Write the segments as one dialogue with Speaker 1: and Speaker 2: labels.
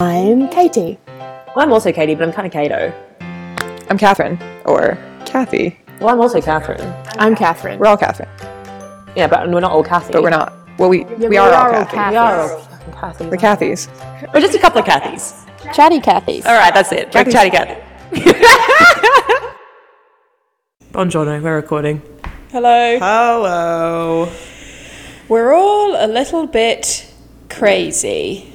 Speaker 1: I'm Katie.
Speaker 2: I'm also Katie, but I'm kind of Kato.
Speaker 3: I'm Catherine, or Kathy.
Speaker 2: Well, I'm also Catherine.
Speaker 1: I'm Catherine.
Speaker 3: We're all Catherine,
Speaker 2: Yeah, but we're not all Kathy.
Speaker 3: but we're not. Well, we, we, are, all Kathy.
Speaker 2: We are all fucking Kathys.
Speaker 3: We're Kathys.
Speaker 2: We're just a couple of Kathys.
Speaker 1: Chatty Cathys.
Speaker 2: All right, that's it. Back to Chatty Kathy. Buongiorno, we're recording.
Speaker 4: Hello.
Speaker 3: Hello.
Speaker 4: We're all a little bit crazy.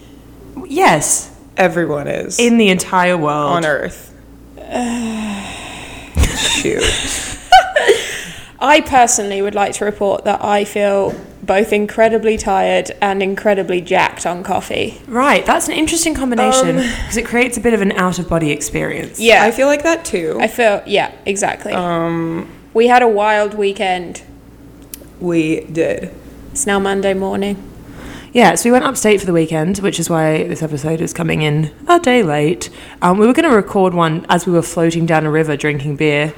Speaker 2: Yes,
Speaker 3: Everyone is
Speaker 2: in the entire world.
Speaker 3: on Earth. Shoot.
Speaker 4: I personally would like to report that I feel both incredibly tired and incredibly jacked on coffee.
Speaker 5: Right, that's an interesting combination
Speaker 2: Um,
Speaker 5: because it creates a bit of an out of body experience.
Speaker 4: Yeah.
Speaker 3: I feel like that too.
Speaker 4: I feel yeah, exactly. Um we had a wild weekend.
Speaker 3: We did.
Speaker 4: It's now Monday morning.
Speaker 5: Yeah, so we went upstate for the weekend, which is why this episode is coming in a day late. Um, we were going to record one as we were floating down a river drinking beer,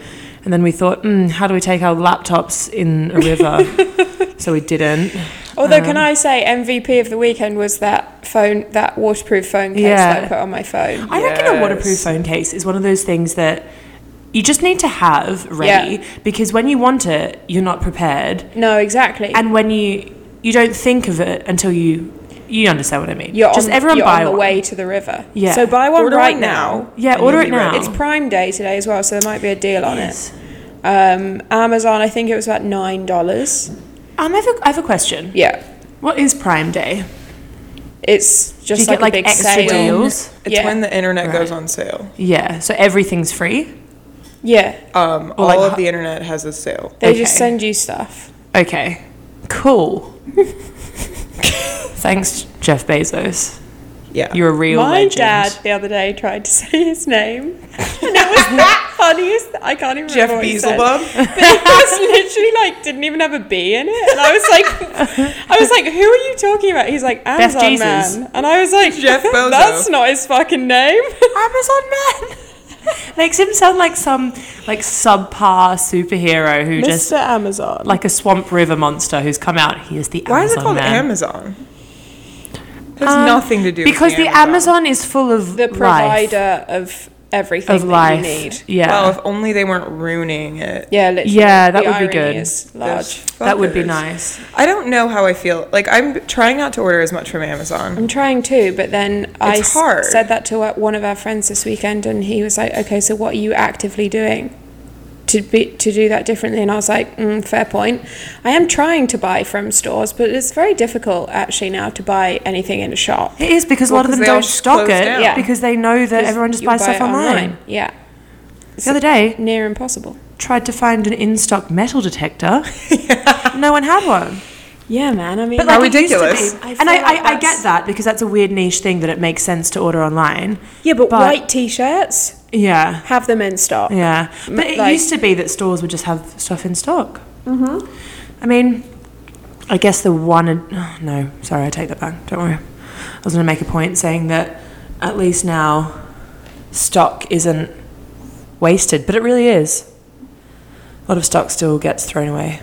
Speaker 5: and then we thought, mm, how do we take our laptops in a river? so we didn't.
Speaker 4: Although can
Speaker 5: Um,
Speaker 4: I say MVP of the weekend was that phone that waterproof phone case that
Speaker 5: Yeah.
Speaker 4: I put on my phone.
Speaker 5: I reckon a waterproof
Speaker 3: Yes.
Speaker 5: phone case is one of those things that you just need to have ready
Speaker 4: Yeah.
Speaker 5: because when you want it, you're not prepared.
Speaker 4: no, exactly.
Speaker 5: and when you you don't think of it until you you understand what I mean.
Speaker 4: you're
Speaker 5: just
Speaker 4: on,
Speaker 5: everyone
Speaker 4: you're
Speaker 5: buy
Speaker 4: on the
Speaker 5: one.
Speaker 4: way to the river.
Speaker 5: Yeah.
Speaker 4: So buy one
Speaker 3: Order
Speaker 4: right
Speaker 3: one
Speaker 4: now.
Speaker 5: Yeah,
Speaker 3: and
Speaker 5: order
Speaker 3: you'll
Speaker 5: it
Speaker 3: be
Speaker 5: now.
Speaker 3: ready.
Speaker 4: It's Prime Day today as well, so there might be a deal on it. Um, Amazon, I think it was about nine dollars.
Speaker 5: Um, I have, a, I have a question.
Speaker 4: Yeah,
Speaker 5: What is Prime Day?
Speaker 4: it's just
Speaker 5: Do you
Speaker 4: like,
Speaker 5: get like
Speaker 4: a big
Speaker 5: extra
Speaker 4: sale.
Speaker 5: deals?
Speaker 3: It's
Speaker 4: yeah,
Speaker 3: when the internet goes on sale.
Speaker 5: Yeah, so everything's free.
Speaker 4: yeah,
Speaker 3: Um, all
Speaker 5: like
Speaker 3: of
Speaker 5: hu-
Speaker 3: the internet has a sale.
Speaker 4: they
Speaker 5: okay.
Speaker 4: just send you stuff.
Speaker 5: Okay, cool. Thanks, Jeff Bezos.
Speaker 3: Yeah.
Speaker 5: You're a real
Speaker 4: My
Speaker 5: legend.
Speaker 4: dad the other day tried to say his name, and it was the funniest. I can't even
Speaker 3: Jeff
Speaker 4: remember what he said.
Speaker 3: Beelzebub.
Speaker 4: But it was literally like didn't even have a B in it, and I was like, I was like, who are you talking about? He's like Amazon
Speaker 5: Jesus.
Speaker 4: man, and I was like,
Speaker 3: Jeff Bozo.
Speaker 4: That's not his fucking name.
Speaker 5: Amazon man makes him sound like some like subpar superhero who just
Speaker 4: Amazon.
Speaker 5: like a swamp river monster who's come out. He is the
Speaker 3: Why is
Speaker 5: Amazon
Speaker 3: it called
Speaker 5: man.
Speaker 3: Amazon? It has nothing to do
Speaker 5: Um, because the
Speaker 3: with
Speaker 5: Amazon is full of
Speaker 4: the
Speaker 5: life,
Speaker 4: provider of everything
Speaker 5: of
Speaker 4: that
Speaker 5: life.
Speaker 4: you need.
Speaker 5: Yeah,
Speaker 3: Well, if only they weren't ruining it.
Speaker 4: Yeah, literally.
Speaker 5: Yeah, that
Speaker 4: The
Speaker 5: would be
Speaker 4: irony
Speaker 5: good.
Speaker 4: is
Speaker 3: Those
Speaker 4: large.
Speaker 5: that would be
Speaker 3: fuckers.
Speaker 5: nice.
Speaker 3: I don't know how I feel. Like I'm trying not to order as much from Amazon.
Speaker 4: I'm trying to, but then I
Speaker 3: It's
Speaker 4: s-
Speaker 3: hard.
Speaker 4: said that to uh, one of our friends this weekend, and he was like, "Okay, so what are you actively doing to be to do that differently?" And I was like, mm, "Fair point. I am trying to buy from stores, but it's very difficult actually now to buy anything in a shop.
Speaker 5: It is because a
Speaker 3: Well,
Speaker 5: lot of
Speaker 3: 'cause
Speaker 5: them
Speaker 3: they all
Speaker 5: don't
Speaker 3: just
Speaker 5: stock
Speaker 3: close
Speaker 5: it
Speaker 3: down.
Speaker 4: Yeah.
Speaker 5: because they know that everyone just
Speaker 4: You'll
Speaker 5: buys
Speaker 4: buy
Speaker 5: stuff
Speaker 4: it
Speaker 5: online.
Speaker 4: Yeah,
Speaker 5: The other day,
Speaker 4: near impossible.
Speaker 5: tried to find an in-stock metal detector. no one had one.
Speaker 4: Yeah, man. I mean,
Speaker 5: But
Speaker 3: How
Speaker 5: like it used to
Speaker 3: ridiculous.
Speaker 5: be.
Speaker 4: I
Speaker 5: and I,
Speaker 4: feel like
Speaker 5: I, I
Speaker 4: that's-
Speaker 5: get that because that's a weird niche thing that it makes sense to order online.
Speaker 4: yeah, but,
Speaker 5: but-
Speaker 4: white t-shirts
Speaker 5: Yeah.
Speaker 4: have them in stock.
Speaker 5: Yeah, but it
Speaker 4: like-
Speaker 5: used to be that stores would just have stuff in stock. Mm-hmm. I mean, I guess the one. ad- oh, no, sorry, I take that back. Don't worry. I was going to make a point saying that at least now stock isn't wasted, but it really is. A lot of stock still gets thrown away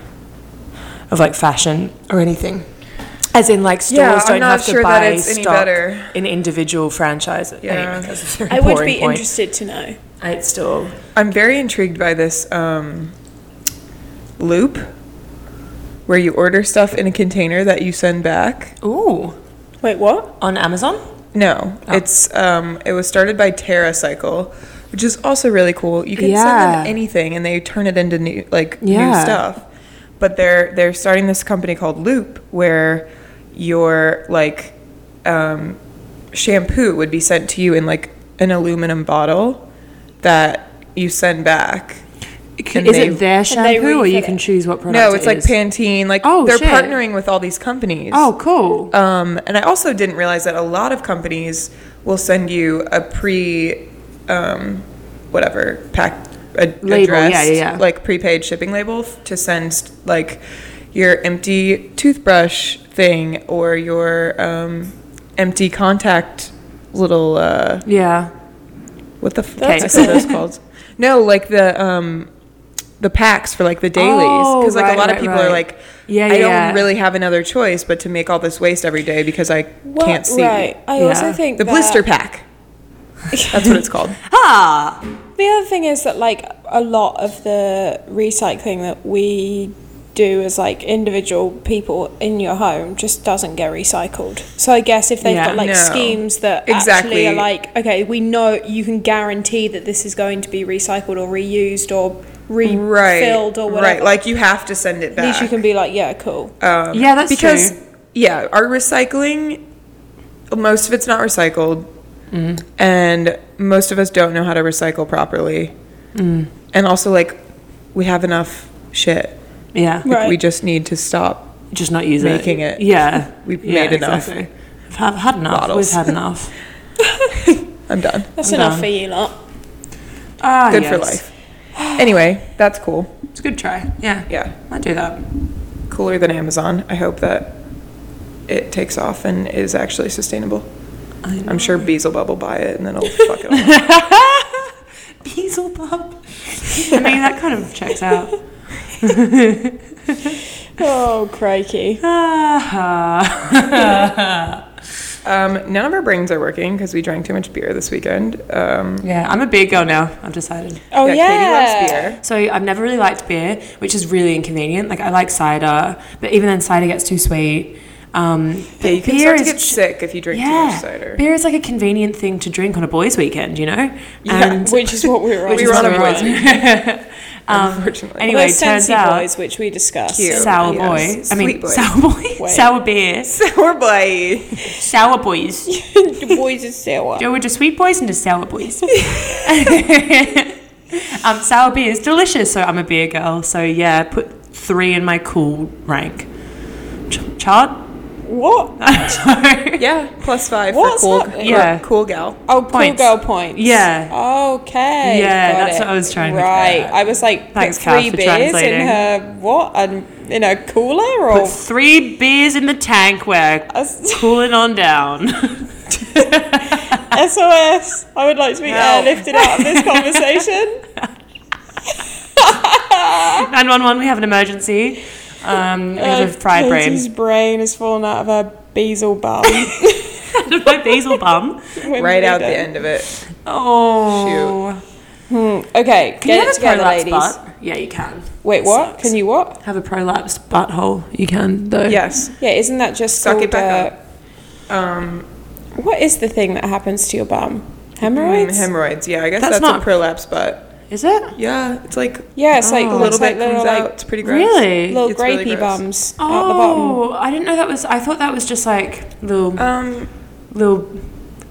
Speaker 5: of like fashion or anything. As in, like stores
Speaker 3: Yeah, I'm
Speaker 5: don't
Speaker 3: not
Speaker 5: have to
Speaker 3: sure that
Speaker 5: buy
Speaker 3: it's any
Speaker 5: stock
Speaker 3: better.
Speaker 5: in individual franchises.
Speaker 3: Yeah.
Speaker 5: Anyway, that's a very
Speaker 4: I would
Speaker 5: boring
Speaker 4: be
Speaker 5: point.
Speaker 4: interested to know.
Speaker 5: It's still
Speaker 3: I'm very intrigued by this um, loop where you order stuff in a container that you send back.
Speaker 5: ooh
Speaker 4: Wait, what?
Speaker 5: on Amazon.
Speaker 3: No,
Speaker 5: Oh.
Speaker 3: it's um, it was started by TerraCycle, which is also really cool. You can send them
Speaker 5: Yeah.
Speaker 3: anything and they turn it into new like new
Speaker 5: Yeah.
Speaker 3: stuff. But they're they're starting this company called Loop where your like um, shampoo would be sent to you in like an aluminum bottle that you send back.
Speaker 5: C-
Speaker 3: and
Speaker 5: is
Speaker 3: they-
Speaker 5: it their shampoo or
Speaker 4: refill
Speaker 5: you
Speaker 4: it.
Speaker 5: can choose what product
Speaker 3: No, it's
Speaker 5: it
Speaker 3: like
Speaker 5: is?
Speaker 3: Pantene. Like
Speaker 5: Oh,
Speaker 3: they're
Speaker 5: shit.
Speaker 3: partnering with all these companies.
Speaker 5: oh cool
Speaker 3: Um, and I also didn't realize that a lot of companies will send you a pre, um, whatever pack a,
Speaker 5: Label,
Speaker 3: addressed,
Speaker 5: yeah, yeah, yeah.
Speaker 3: like prepaid shipping label f- to send st- like your empty toothbrush thing or your um, empty contact little uh,
Speaker 5: yeah
Speaker 3: what the fuck
Speaker 5: That's
Speaker 3: are those called? No, like the um, the packs for like the dailies
Speaker 5: Oh,
Speaker 3: because like
Speaker 5: right,
Speaker 3: a lot of
Speaker 5: right,
Speaker 3: people are
Speaker 5: right.
Speaker 3: like,
Speaker 5: Yeah,
Speaker 3: I
Speaker 5: yeah.
Speaker 3: don't really have another choice but to make all this waste every day because I can't see
Speaker 4: Right. I
Speaker 5: Yeah.
Speaker 4: also think
Speaker 3: the
Speaker 4: that-
Speaker 3: blister pack. That's what it's called.
Speaker 4: The other thing is that like a lot of the recycling that we do as like individual people in your home just doesn't get recycled. So I guess if they've
Speaker 2: Yeah.
Speaker 4: got like
Speaker 3: No.
Speaker 4: schemes that
Speaker 3: Exactly.
Speaker 4: actually are like, okay, we know you can guarantee that this is going to be recycled or reused or
Speaker 3: Right.
Speaker 4: refilled or whatever.
Speaker 3: Right. Like Uh, you have to send it
Speaker 4: at
Speaker 3: back.
Speaker 4: least you can be like, yeah, cool.
Speaker 5: yeah, that's
Speaker 3: Um, because
Speaker 5: true.
Speaker 3: yeah, our recycling most of it's not recycled,
Speaker 5: Mm.
Speaker 3: and most of us don't know how to recycle properly.
Speaker 5: Mm.
Speaker 3: And also, like, we have enough shit.
Speaker 5: Yeah,
Speaker 3: Like, We
Speaker 4: Right.
Speaker 3: just need to stop.
Speaker 5: just not use
Speaker 3: Making it.
Speaker 5: Yeah,
Speaker 3: We've
Speaker 5: Yeah,
Speaker 3: made enough.
Speaker 5: Exactly. I've had, had enough.
Speaker 3: Bottles.
Speaker 5: We've had enough.
Speaker 3: I'm done.
Speaker 4: That's
Speaker 5: I'm
Speaker 4: enough
Speaker 5: done.
Speaker 4: for you lot.
Speaker 5: Ah,
Speaker 3: Good for
Speaker 5: yes.
Speaker 3: life. Anyway, that's cool.
Speaker 5: It's a good try. Yeah,
Speaker 3: Yeah,
Speaker 5: might do that.
Speaker 3: cooler than Amazon. I hope that it takes off and is actually sustainable. I'm sure Beelzebub will buy it and then it'll fuck it all. up.
Speaker 5: Beelzebub. I mean, that kind of checks out.
Speaker 4: Oh crikey.
Speaker 5: Ah.
Speaker 3: Um, none of our brains are working because we drank too much beer this weekend. Um,
Speaker 5: yeah, I'm a beer girl now. I've decided.
Speaker 4: Oh yeah.
Speaker 3: Katie loves beer.
Speaker 5: So I've never really liked beer, which is really inconvenient. Like I like cider, but even then, cider gets too sweet. Um,
Speaker 3: Yeah, you can
Speaker 5: beer
Speaker 3: start to
Speaker 5: is
Speaker 3: get
Speaker 5: ju-
Speaker 3: sick if you drink
Speaker 5: yeah,
Speaker 3: too much cider.
Speaker 5: beer is like a convenient thing to drink on a boys' weekend, you know.
Speaker 3: Yeah.
Speaker 4: Which is what we were on.
Speaker 3: We were on a
Speaker 5: Sorry.
Speaker 3: boys' weekend, unfortunately.
Speaker 5: Um, anyway,
Speaker 4: Those
Speaker 5: turns
Speaker 4: Sensi
Speaker 5: out-
Speaker 4: boys, which we discussed.
Speaker 3: Cute.
Speaker 5: sour boy.
Speaker 3: Yes.
Speaker 5: I mean,
Speaker 3: Sweet boy.
Speaker 5: sour boy,
Speaker 4: Wait.
Speaker 5: sour beer,
Speaker 3: Sour boy.
Speaker 5: sour boys.
Speaker 4: the boys is sour.
Speaker 5: There were just sweet boys and just sour boys. um, sour beer is delicious, so I'm a beer girl. So yeah, put three in my cool rank Ch- chart. So-
Speaker 4: What?
Speaker 3: Yeah, plus five
Speaker 4: What's
Speaker 3: for cool,
Speaker 4: happening?
Speaker 5: Yeah.
Speaker 3: yeah. cool gal.
Speaker 4: Oh, cool
Speaker 5: Points.
Speaker 4: girl points.
Speaker 5: Yeah.
Speaker 4: Okay.
Speaker 5: Yeah,
Speaker 4: got
Speaker 5: that's
Speaker 4: it.
Speaker 5: what I was trying to get
Speaker 4: Right.
Speaker 5: at.
Speaker 4: I was like,
Speaker 5: Thanks,
Speaker 4: put
Speaker 5: Kath,
Speaker 4: three
Speaker 5: for
Speaker 4: beers in
Speaker 5: translating.
Speaker 4: her what? And in a cooler or
Speaker 5: Put three beers in the tank. We're
Speaker 4: S-
Speaker 5: cooling on down.
Speaker 4: SOS. I would like to be airlifted out of this conversation.
Speaker 5: Nine one one. We have an emergency. Um, we have
Speaker 4: Uh,
Speaker 5: a fried brain.
Speaker 4: Katie's brain has fallen out of her bezel bum.
Speaker 5: My basil bum.
Speaker 4: When
Speaker 3: Right
Speaker 4: we
Speaker 3: out the
Speaker 4: done.
Speaker 3: end of it.
Speaker 5: Oh.
Speaker 4: Okay,
Speaker 5: Can you
Speaker 4: get
Speaker 5: have
Speaker 4: it
Speaker 5: a
Speaker 4: together,
Speaker 5: prolapse
Speaker 4: ladies.
Speaker 5: butt? Yeah, you can.
Speaker 4: Wait, what? Can you what?
Speaker 5: Have a prolapsed butthole. You can though.
Speaker 3: Yes.
Speaker 4: Yeah, isn't that just
Speaker 3: Suck
Speaker 4: called,
Speaker 3: it back
Speaker 4: uh,
Speaker 3: Um,
Speaker 4: What is the thing that happens to your bum? Hemorrhoids.
Speaker 3: Mm, hemorrhoids. Yeah, I guess
Speaker 5: That's
Speaker 3: that's,
Speaker 5: not-
Speaker 3: a prolapse, but
Speaker 5: Is it?
Speaker 3: yeah, it's like
Speaker 4: yeah, it's like
Speaker 3: a little bit
Speaker 4: like
Speaker 3: comes
Speaker 4: little, like,
Speaker 3: out. Oh, It's pretty gross.
Speaker 5: Really?
Speaker 4: little
Speaker 3: It's really
Speaker 4: grapey
Speaker 3: gross.
Speaker 4: bums out the bottom.
Speaker 5: Oh, I didn't know that was. I thought that was just like little
Speaker 3: Um,
Speaker 5: little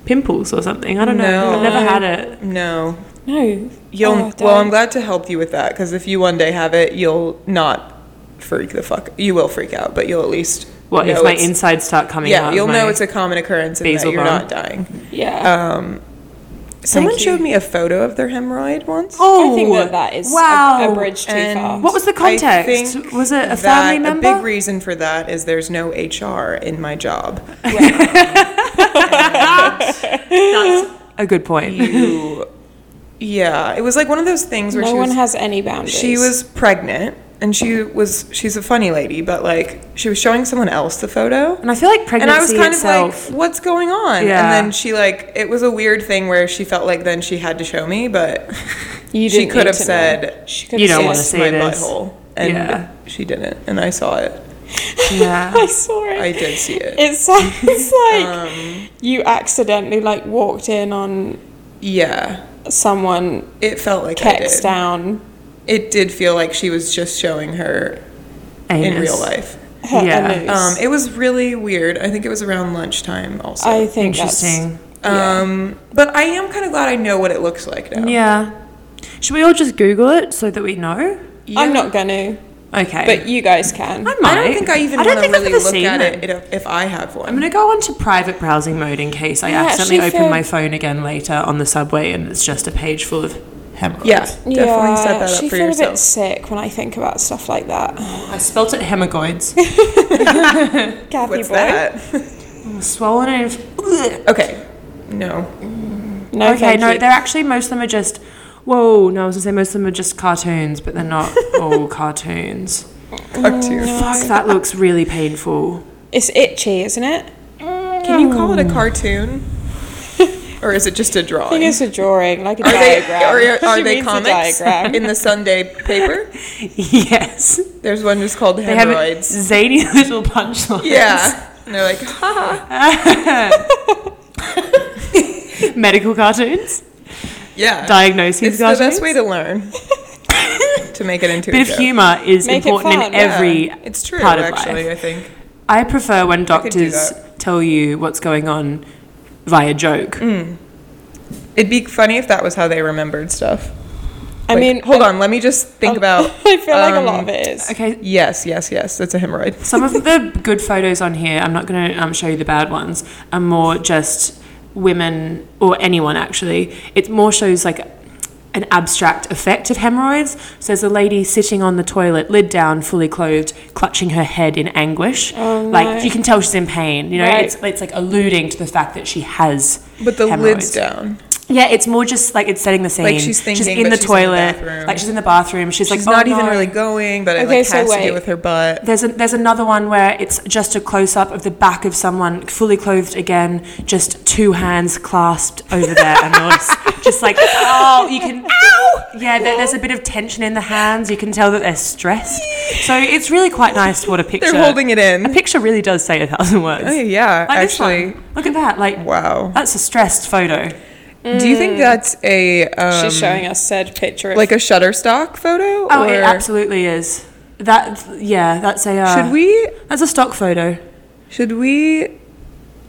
Speaker 5: pimples or something. I don't know.
Speaker 3: No.
Speaker 5: I've never had it.
Speaker 3: no.
Speaker 4: No.
Speaker 3: You'll.
Speaker 4: Oh,
Speaker 3: well, I'm
Speaker 4: don't.
Speaker 3: glad to help you with that because if you one day have it, you'll not freak the fuck. You will freak out, but you'll at least.
Speaker 5: What
Speaker 3: know
Speaker 5: if my
Speaker 3: it's-
Speaker 5: insides start coming out?
Speaker 3: Yeah,
Speaker 5: of
Speaker 3: you'll know
Speaker 5: my-
Speaker 3: it's a common occurrence and
Speaker 5: basal
Speaker 3: that you're
Speaker 5: bone.
Speaker 3: not dying.
Speaker 4: Yeah.
Speaker 3: Um, someone
Speaker 4: you.
Speaker 3: showed me a photo of their hemorrhoid once.
Speaker 5: Oh,
Speaker 4: I think that that is a-
Speaker 5: wow.
Speaker 4: a, bridge too
Speaker 3: And
Speaker 4: far.
Speaker 5: What was the
Speaker 3: I
Speaker 5: context?
Speaker 3: think
Speaker 5: Was it a
Speaker 3: that
Speaker 5: family member?
Speaker 3: A big reason for that is there's no HR in my job.
Speaker 5: a good point.
Speaker 3: You, yeah, it was like one of those things where
Speaker 4: no
Speaker 3: she
Speaker 4: one
Speaker 3: was,
Speaker 4: has any boundaries.
Speaker 3: she was pregnant and she was she's a funny lady, but like she was showing someone else the photo.
Speaker 5: And I feel like
Speaker 3: And
Speaker 5: pregnancy
Speaker 3: I was kind
Speaker 5: itself.
Speaker 3: of like, what's going on?
Speaker 5: Yeah.
Speaker 3: And then she like, it was a weird thing where she felt like then she had to show me, but
Speaker 4: You
Speaker 3: she
Speaker 4: didn't
Speaker 3: could
Speaker 4: need
Speaker 3: have
Speaker 4: to know.
Speaker 3: said,
Speaker 4: She could
Speaker 5: You
Speaker 4: have
Speaker 5: don't wanna
Speaker 3: "It's
Speaker 4: said-
Speaker 5: see
Speaker 3: my
Speaker 5: this."
Speaker 3: butthole," and
Speaker 5: Yeah.
Speaker 3: she didn't, and I saw it.
Speaker 5: yeah.
Speaker 4: I saw it.
Speaker 3: I did see it. Um,
Speaker 4: It sounds like you accidentally like walked in on
Speaker 3: Yeah,
Speaker 4: someone
Speaker 3: it felt like I
Speaker 4: kecks
Speaker 3: did.
Speaker 4: down
Speaker 3: It did feel like she was just showing her in
Speaker 5: Anus.
Speaker 3: real life.
Speaker 4: her
Speaker 5: Yeah.
Speaker 4: anus.
Speaker 3: Um, it was really weird. I think it was around lunchtime also.
Speaker 4: I think that's
Speaker 5: Interesting.
Speaker 3: um, but I am kind of glad I know what it looks like now.
Speaker 5: Yeah. Should we all just Google it so that we know?
Speaker 4: I'm not gonna,
Speaker 5: Okay.
Speaker 4: but you guys can.
Speaker 5: I might.
Speaker 3: I don't think I even
Speaker 5: I
Speaker 3: want
Speaker 5: don't
Speaker 3: to
Speaker 5: think I've
Speaker 3: really
Speaker 5: ever
Speaker 3: look
Speaker 5: seen
Speaker 3: at
Speaker 5: it.
Speaker 3: it if- if I have one.
Speaker 5: I'm gonna go on to private browsing mode in case I
Speaker 4: Yeah,
Speaker 5: accidentally
Speaker 4: actually
Speaker 5: open
Speaker 4: feel-
Speaker 5: my phone again later on the subway and it's just a page full of hemorrhoids.
Speaker 3: yeah, definitely set that up
Speaker 4: she
Speaker 3: for
Speaker 4: feel a
Speaker 3: yourself.
Speaker 4: bit sick when I think about stuff like that.
Speaker 5: I spelt it hemorrhoids.
Speaker 4: Kathy
Speaker 3: What's
Speaker 4: boy,
Speaker 3: that?
Speaker 5: Swollen and okay.
Speaker 3: okay, no.
Speaker 4: no, thank
Speaker 5: no,
Speaker 4: you.
Speaker 5: they're actually most of them are just. Whoa, no, I was gonna say most of them are just cartoons, but they're not all cartoons.
Speaker 4: Oh,
Speaker 3: Cartoon.
Speaker 5: Fuck, that looks really painful.
Speaker 4: it's itchy, isn't it?
Speaker 3: Can you call it a cartoon? or is it just a drawing?
Speaker 4: I think it's a drawing, like a
Speaker 3: are they
Speaker 4: diagram.
Speaker 3: are, are
Speaker 4: She
Speaker 3: they
Speaker 4: reads
Speaker 3: comics
Speaker 4: A diagram.
Speaker 3: in the Sunday paper?
Speaker 5: yes.
Speaker 3: There's one just called
Speaker 5: They have a
Speaker 3: Hemorrhoids.
Speaker 5: zany little punchline.
Speaker 3: Yeah, and they're like, ha,
Speaker 5: Medical cartoons.
Speaker 3: yeah.
Speaker 5: Diagnoses
Speaker 3: It's the
Speaker 5: cartoons.
Speaker 3: best way to learn to make it into a
Speaker 5: bit
Speaker 3: joke.
Speaker 5: of humor is
Speaker 4: Make it
Speaker 5: important
Speaker 4: fun,
Speaker 5: in every
Speaker 3: Yeah, it's true
Speaker 5: part of
Speaker 3: actually.
Speaker 5: life.
Speaker 3: I think
Speaker 5: I prefer when
Speaker 3: could do
Speaker 5: doctors tell you what's going on via joke.
Speaker 3: Mm. it'd be funny if that was how they remembered stuff.
Speaker 4: I
Speaker 3: Like,
Speaker 4: mean,
Speaker 3: hold on, let me just think about.
Speaker 4: I feel like a lot
Speaker 3: um,
Speaker 4: of it is.
Speaker 5: Okay,
Speaker 3: Yes, yes, yes. That's a hemorrhoid.
Speaker 5: Some of the good photos on here, I'm not going to um, show you the bad ones, are more just women or anyone actually. It more shows like an abstract effect of hemorrhoids. So there's a lady sitting on the toilet, lid down, fully clothed, clutching her head in anguish.
Speaker 3: Oh,
Speaker 5: Like you can tell she's in pain. You know,
Speaker 4: Right.
Speaker 5: it's, it's like alluding to the fact that she has.
Speaker 3: But the
Speaker 5: hemorrhoids.
Speaker 3: lid's down.
Speaker 5: Yeah, it's more just like it's setting the scene.
Speaker 3: she's thinking,
Speaker 5: in
Speaker 3: but
Speaker 5: the
Speaker 3: she's in the
Speaker 5: toilet.
Speaker 3: bathroom.
Speaker 5: like she's in the bathroom. She's,
Speaker 3: She's
Speaker 5: like,
Speaker 3: not
Speaker 5: "Oh,
Speaker 3: even
Speaker 5: no."
Speaker 3: really going, but it
Speaker 4: Okay,
Speaker 3: like
Speaker 4: so
Speaker 3: has to
Speaker 4: wait.
Speaker 3: do with her butt.
Speaker 5: There's a, there's another one where it's just a close up of the back of someone fully clothed again, just two hands clasped over their anus, just like oh you can yeah. There, there's a bit of tension in the hands. You can tell that they're stressed. So it's really quite nice what a picture.
Speaker 3: They're holding it
Speaker 5: A
Speaker 3: in.
Speaker 5: picture really does say a thousand words.
Speaker 3: Oh, yeah,
Speaker 5: Like this one.
Speaker 3: actually.
Speaker 5: look at that. Like
Speaker 3: Wow.
Speaker 5: that's a stressed photo.
Speaker 3: Do you
Speaker 5: Mm.
Speaker 3: think that's a um,
Speaker 4: She's showing us said picture of
Speaker 3: like a Shutterstock photo?
Speaker 5: Oh, it
Speaker 3: or-
Speaker 5: absolutely is. That yeah, that's a uh,
Speaker 3: Should we
Speaker 5: That's a stock photo.
Speaker 3: should we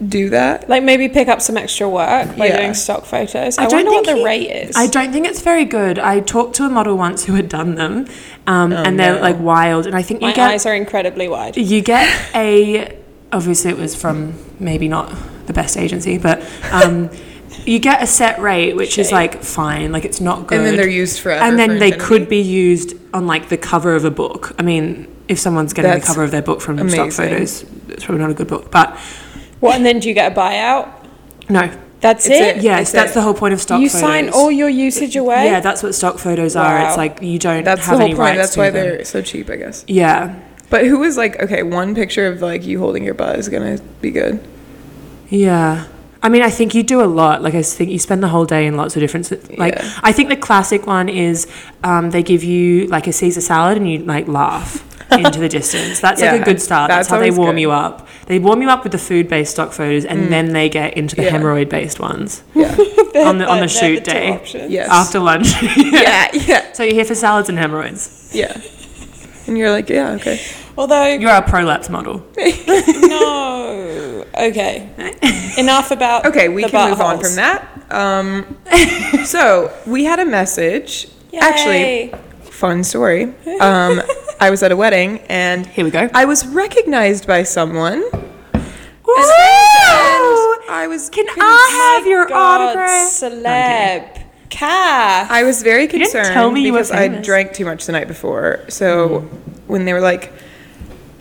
Speaker 3: do that?
Speaker 4: Like maybe pick up some extra work by
Speaker 3: Yeah.
Speaker 4: doing stock photos. I,
Speaker 5: I don't
Speaker 4: wonder what
Speaker 5: think
Speaker 4: the
Speaker 5: he-
Speaker 4: rate is.
Speaker 5: I don't think it's very good. I talked to a model once who had done them,
Speaker 3: Oh,
Speaker 5: um, and they're like wild. And I think
Speaker 4: My
Speaker 5: you get
Speaker 4: eyes are incredibly wide.
Speaker 5: you get a obviously it was from maybe not the best agency, but um, you get a set rate which is like fine, like it's not good.
Speaker 3: then they're used forever
Speaker 5: And then
Speaker 3: for
Speaker 5: they
Speaker 3: infinity.
Speaker 5: could be used on like the cover of a book. I mean, if someone's getting
Speaker 3: That's
Speaker 5: the cover of their book from stock
Speaker 3: amazing.
Speaker 5: photos, it's probably not a good book. But
Speaker 4: What and then do you get a buyout?
Speaker 5: no,
Speaker 4: That's
Speaker 3: It's
Speaker 4: it.
Speaker 3: it.
Speaker 5: yes,
Speaker 3: That's
Speaker 5: that's the whole point of stock.
Speaker 4: You
Speaker 5: photos.
Speaker 4: sign all your usage away.
Speaker 5: Yeah, that's what stock photos are.
Speaker 4: Wow.
Speaker 5: It's like you don't
Speaker 3: That's
Speaker 5: have
Speaker 3: the
Speaker 5: any
Speaker 3: whole point.
Speaker 5: rights.
Speaker 3: That's
Speaker 5: to
Speaker 3: why
Speaker 5: them.
Speaker 3: they're so cheap, I guess.
Speaker 5: Yeah,
Speaker 3: But who is like okay, one picture of like you holding your butt is gonna be good.
Speaker 5: yeah. I mean, I think you do a lot. Like, I think you spend the whole day in lots of different. si- Like,
Speaker 3: Yeah.
Speaker 5: I think the classic one is um, they give you like a Caesar salad and you like laugh into the distance. That's like
Speaker 3: Yeah,
Speaker 5: a good start. That's,
Speaker 3: that's
Speaker 5: how they
Speaker 3: always
Speaker 5: warm
Speaker 3: good. Mm.
Speaker 5: you up. They warm you up with the food-based stock photos, and then they get into the
Speaker 3: Yeah.
Speaker 5: hemorrhoid-based ones
Speaker 3: Yeah,
Speaker 5: on the on
Speaker 4: They're-
Speaker 5: the
Speaker 4: they're
Speaker 5: shoot
Speaker 4: two
Speaker 5: day
Speaker 4: options.
Speaker 3: yes,
Speaker 5: after lunch.
Speaker 3: yeah, yeah,
Speaker 5: So you're here for salads and hemorrhoids.
Speaker 3: yeah. And you're like, yeah, okay.
Speaker 4: Although
Speaker 5: You're a prolapse model.
Speaker 4: no. Okay. Enough about
Speaker 3: Okay, we
Speaker 4: the
Speaker 3: can move on
Speaker 4: buttholes.
Speaker 3: from that. Um, so we had a message. Actually,
Speaker 4: Yay.
Speaker 3: fun story. Um, I was at a wedding and
Speaker 5: Here we go.
Speaker 3: I was recognized by someone. And I was
Speaker 5: Can
Speaker 3: con-
Speaker 5: I have
Speaker 4: My
Speaker 5: your
Speaker 4: God,
Speaker 5: autograph?
Speaker 4: Celeb. Car.
Speaker 3: I was very
Speaker 5: didn't
Speaker 3: concerned
Speaker 5: tell me you were
Speaker 3: because I
Speaker 5: famous. Hmm.
Speaker 3: drank too much the night before. So when they were like,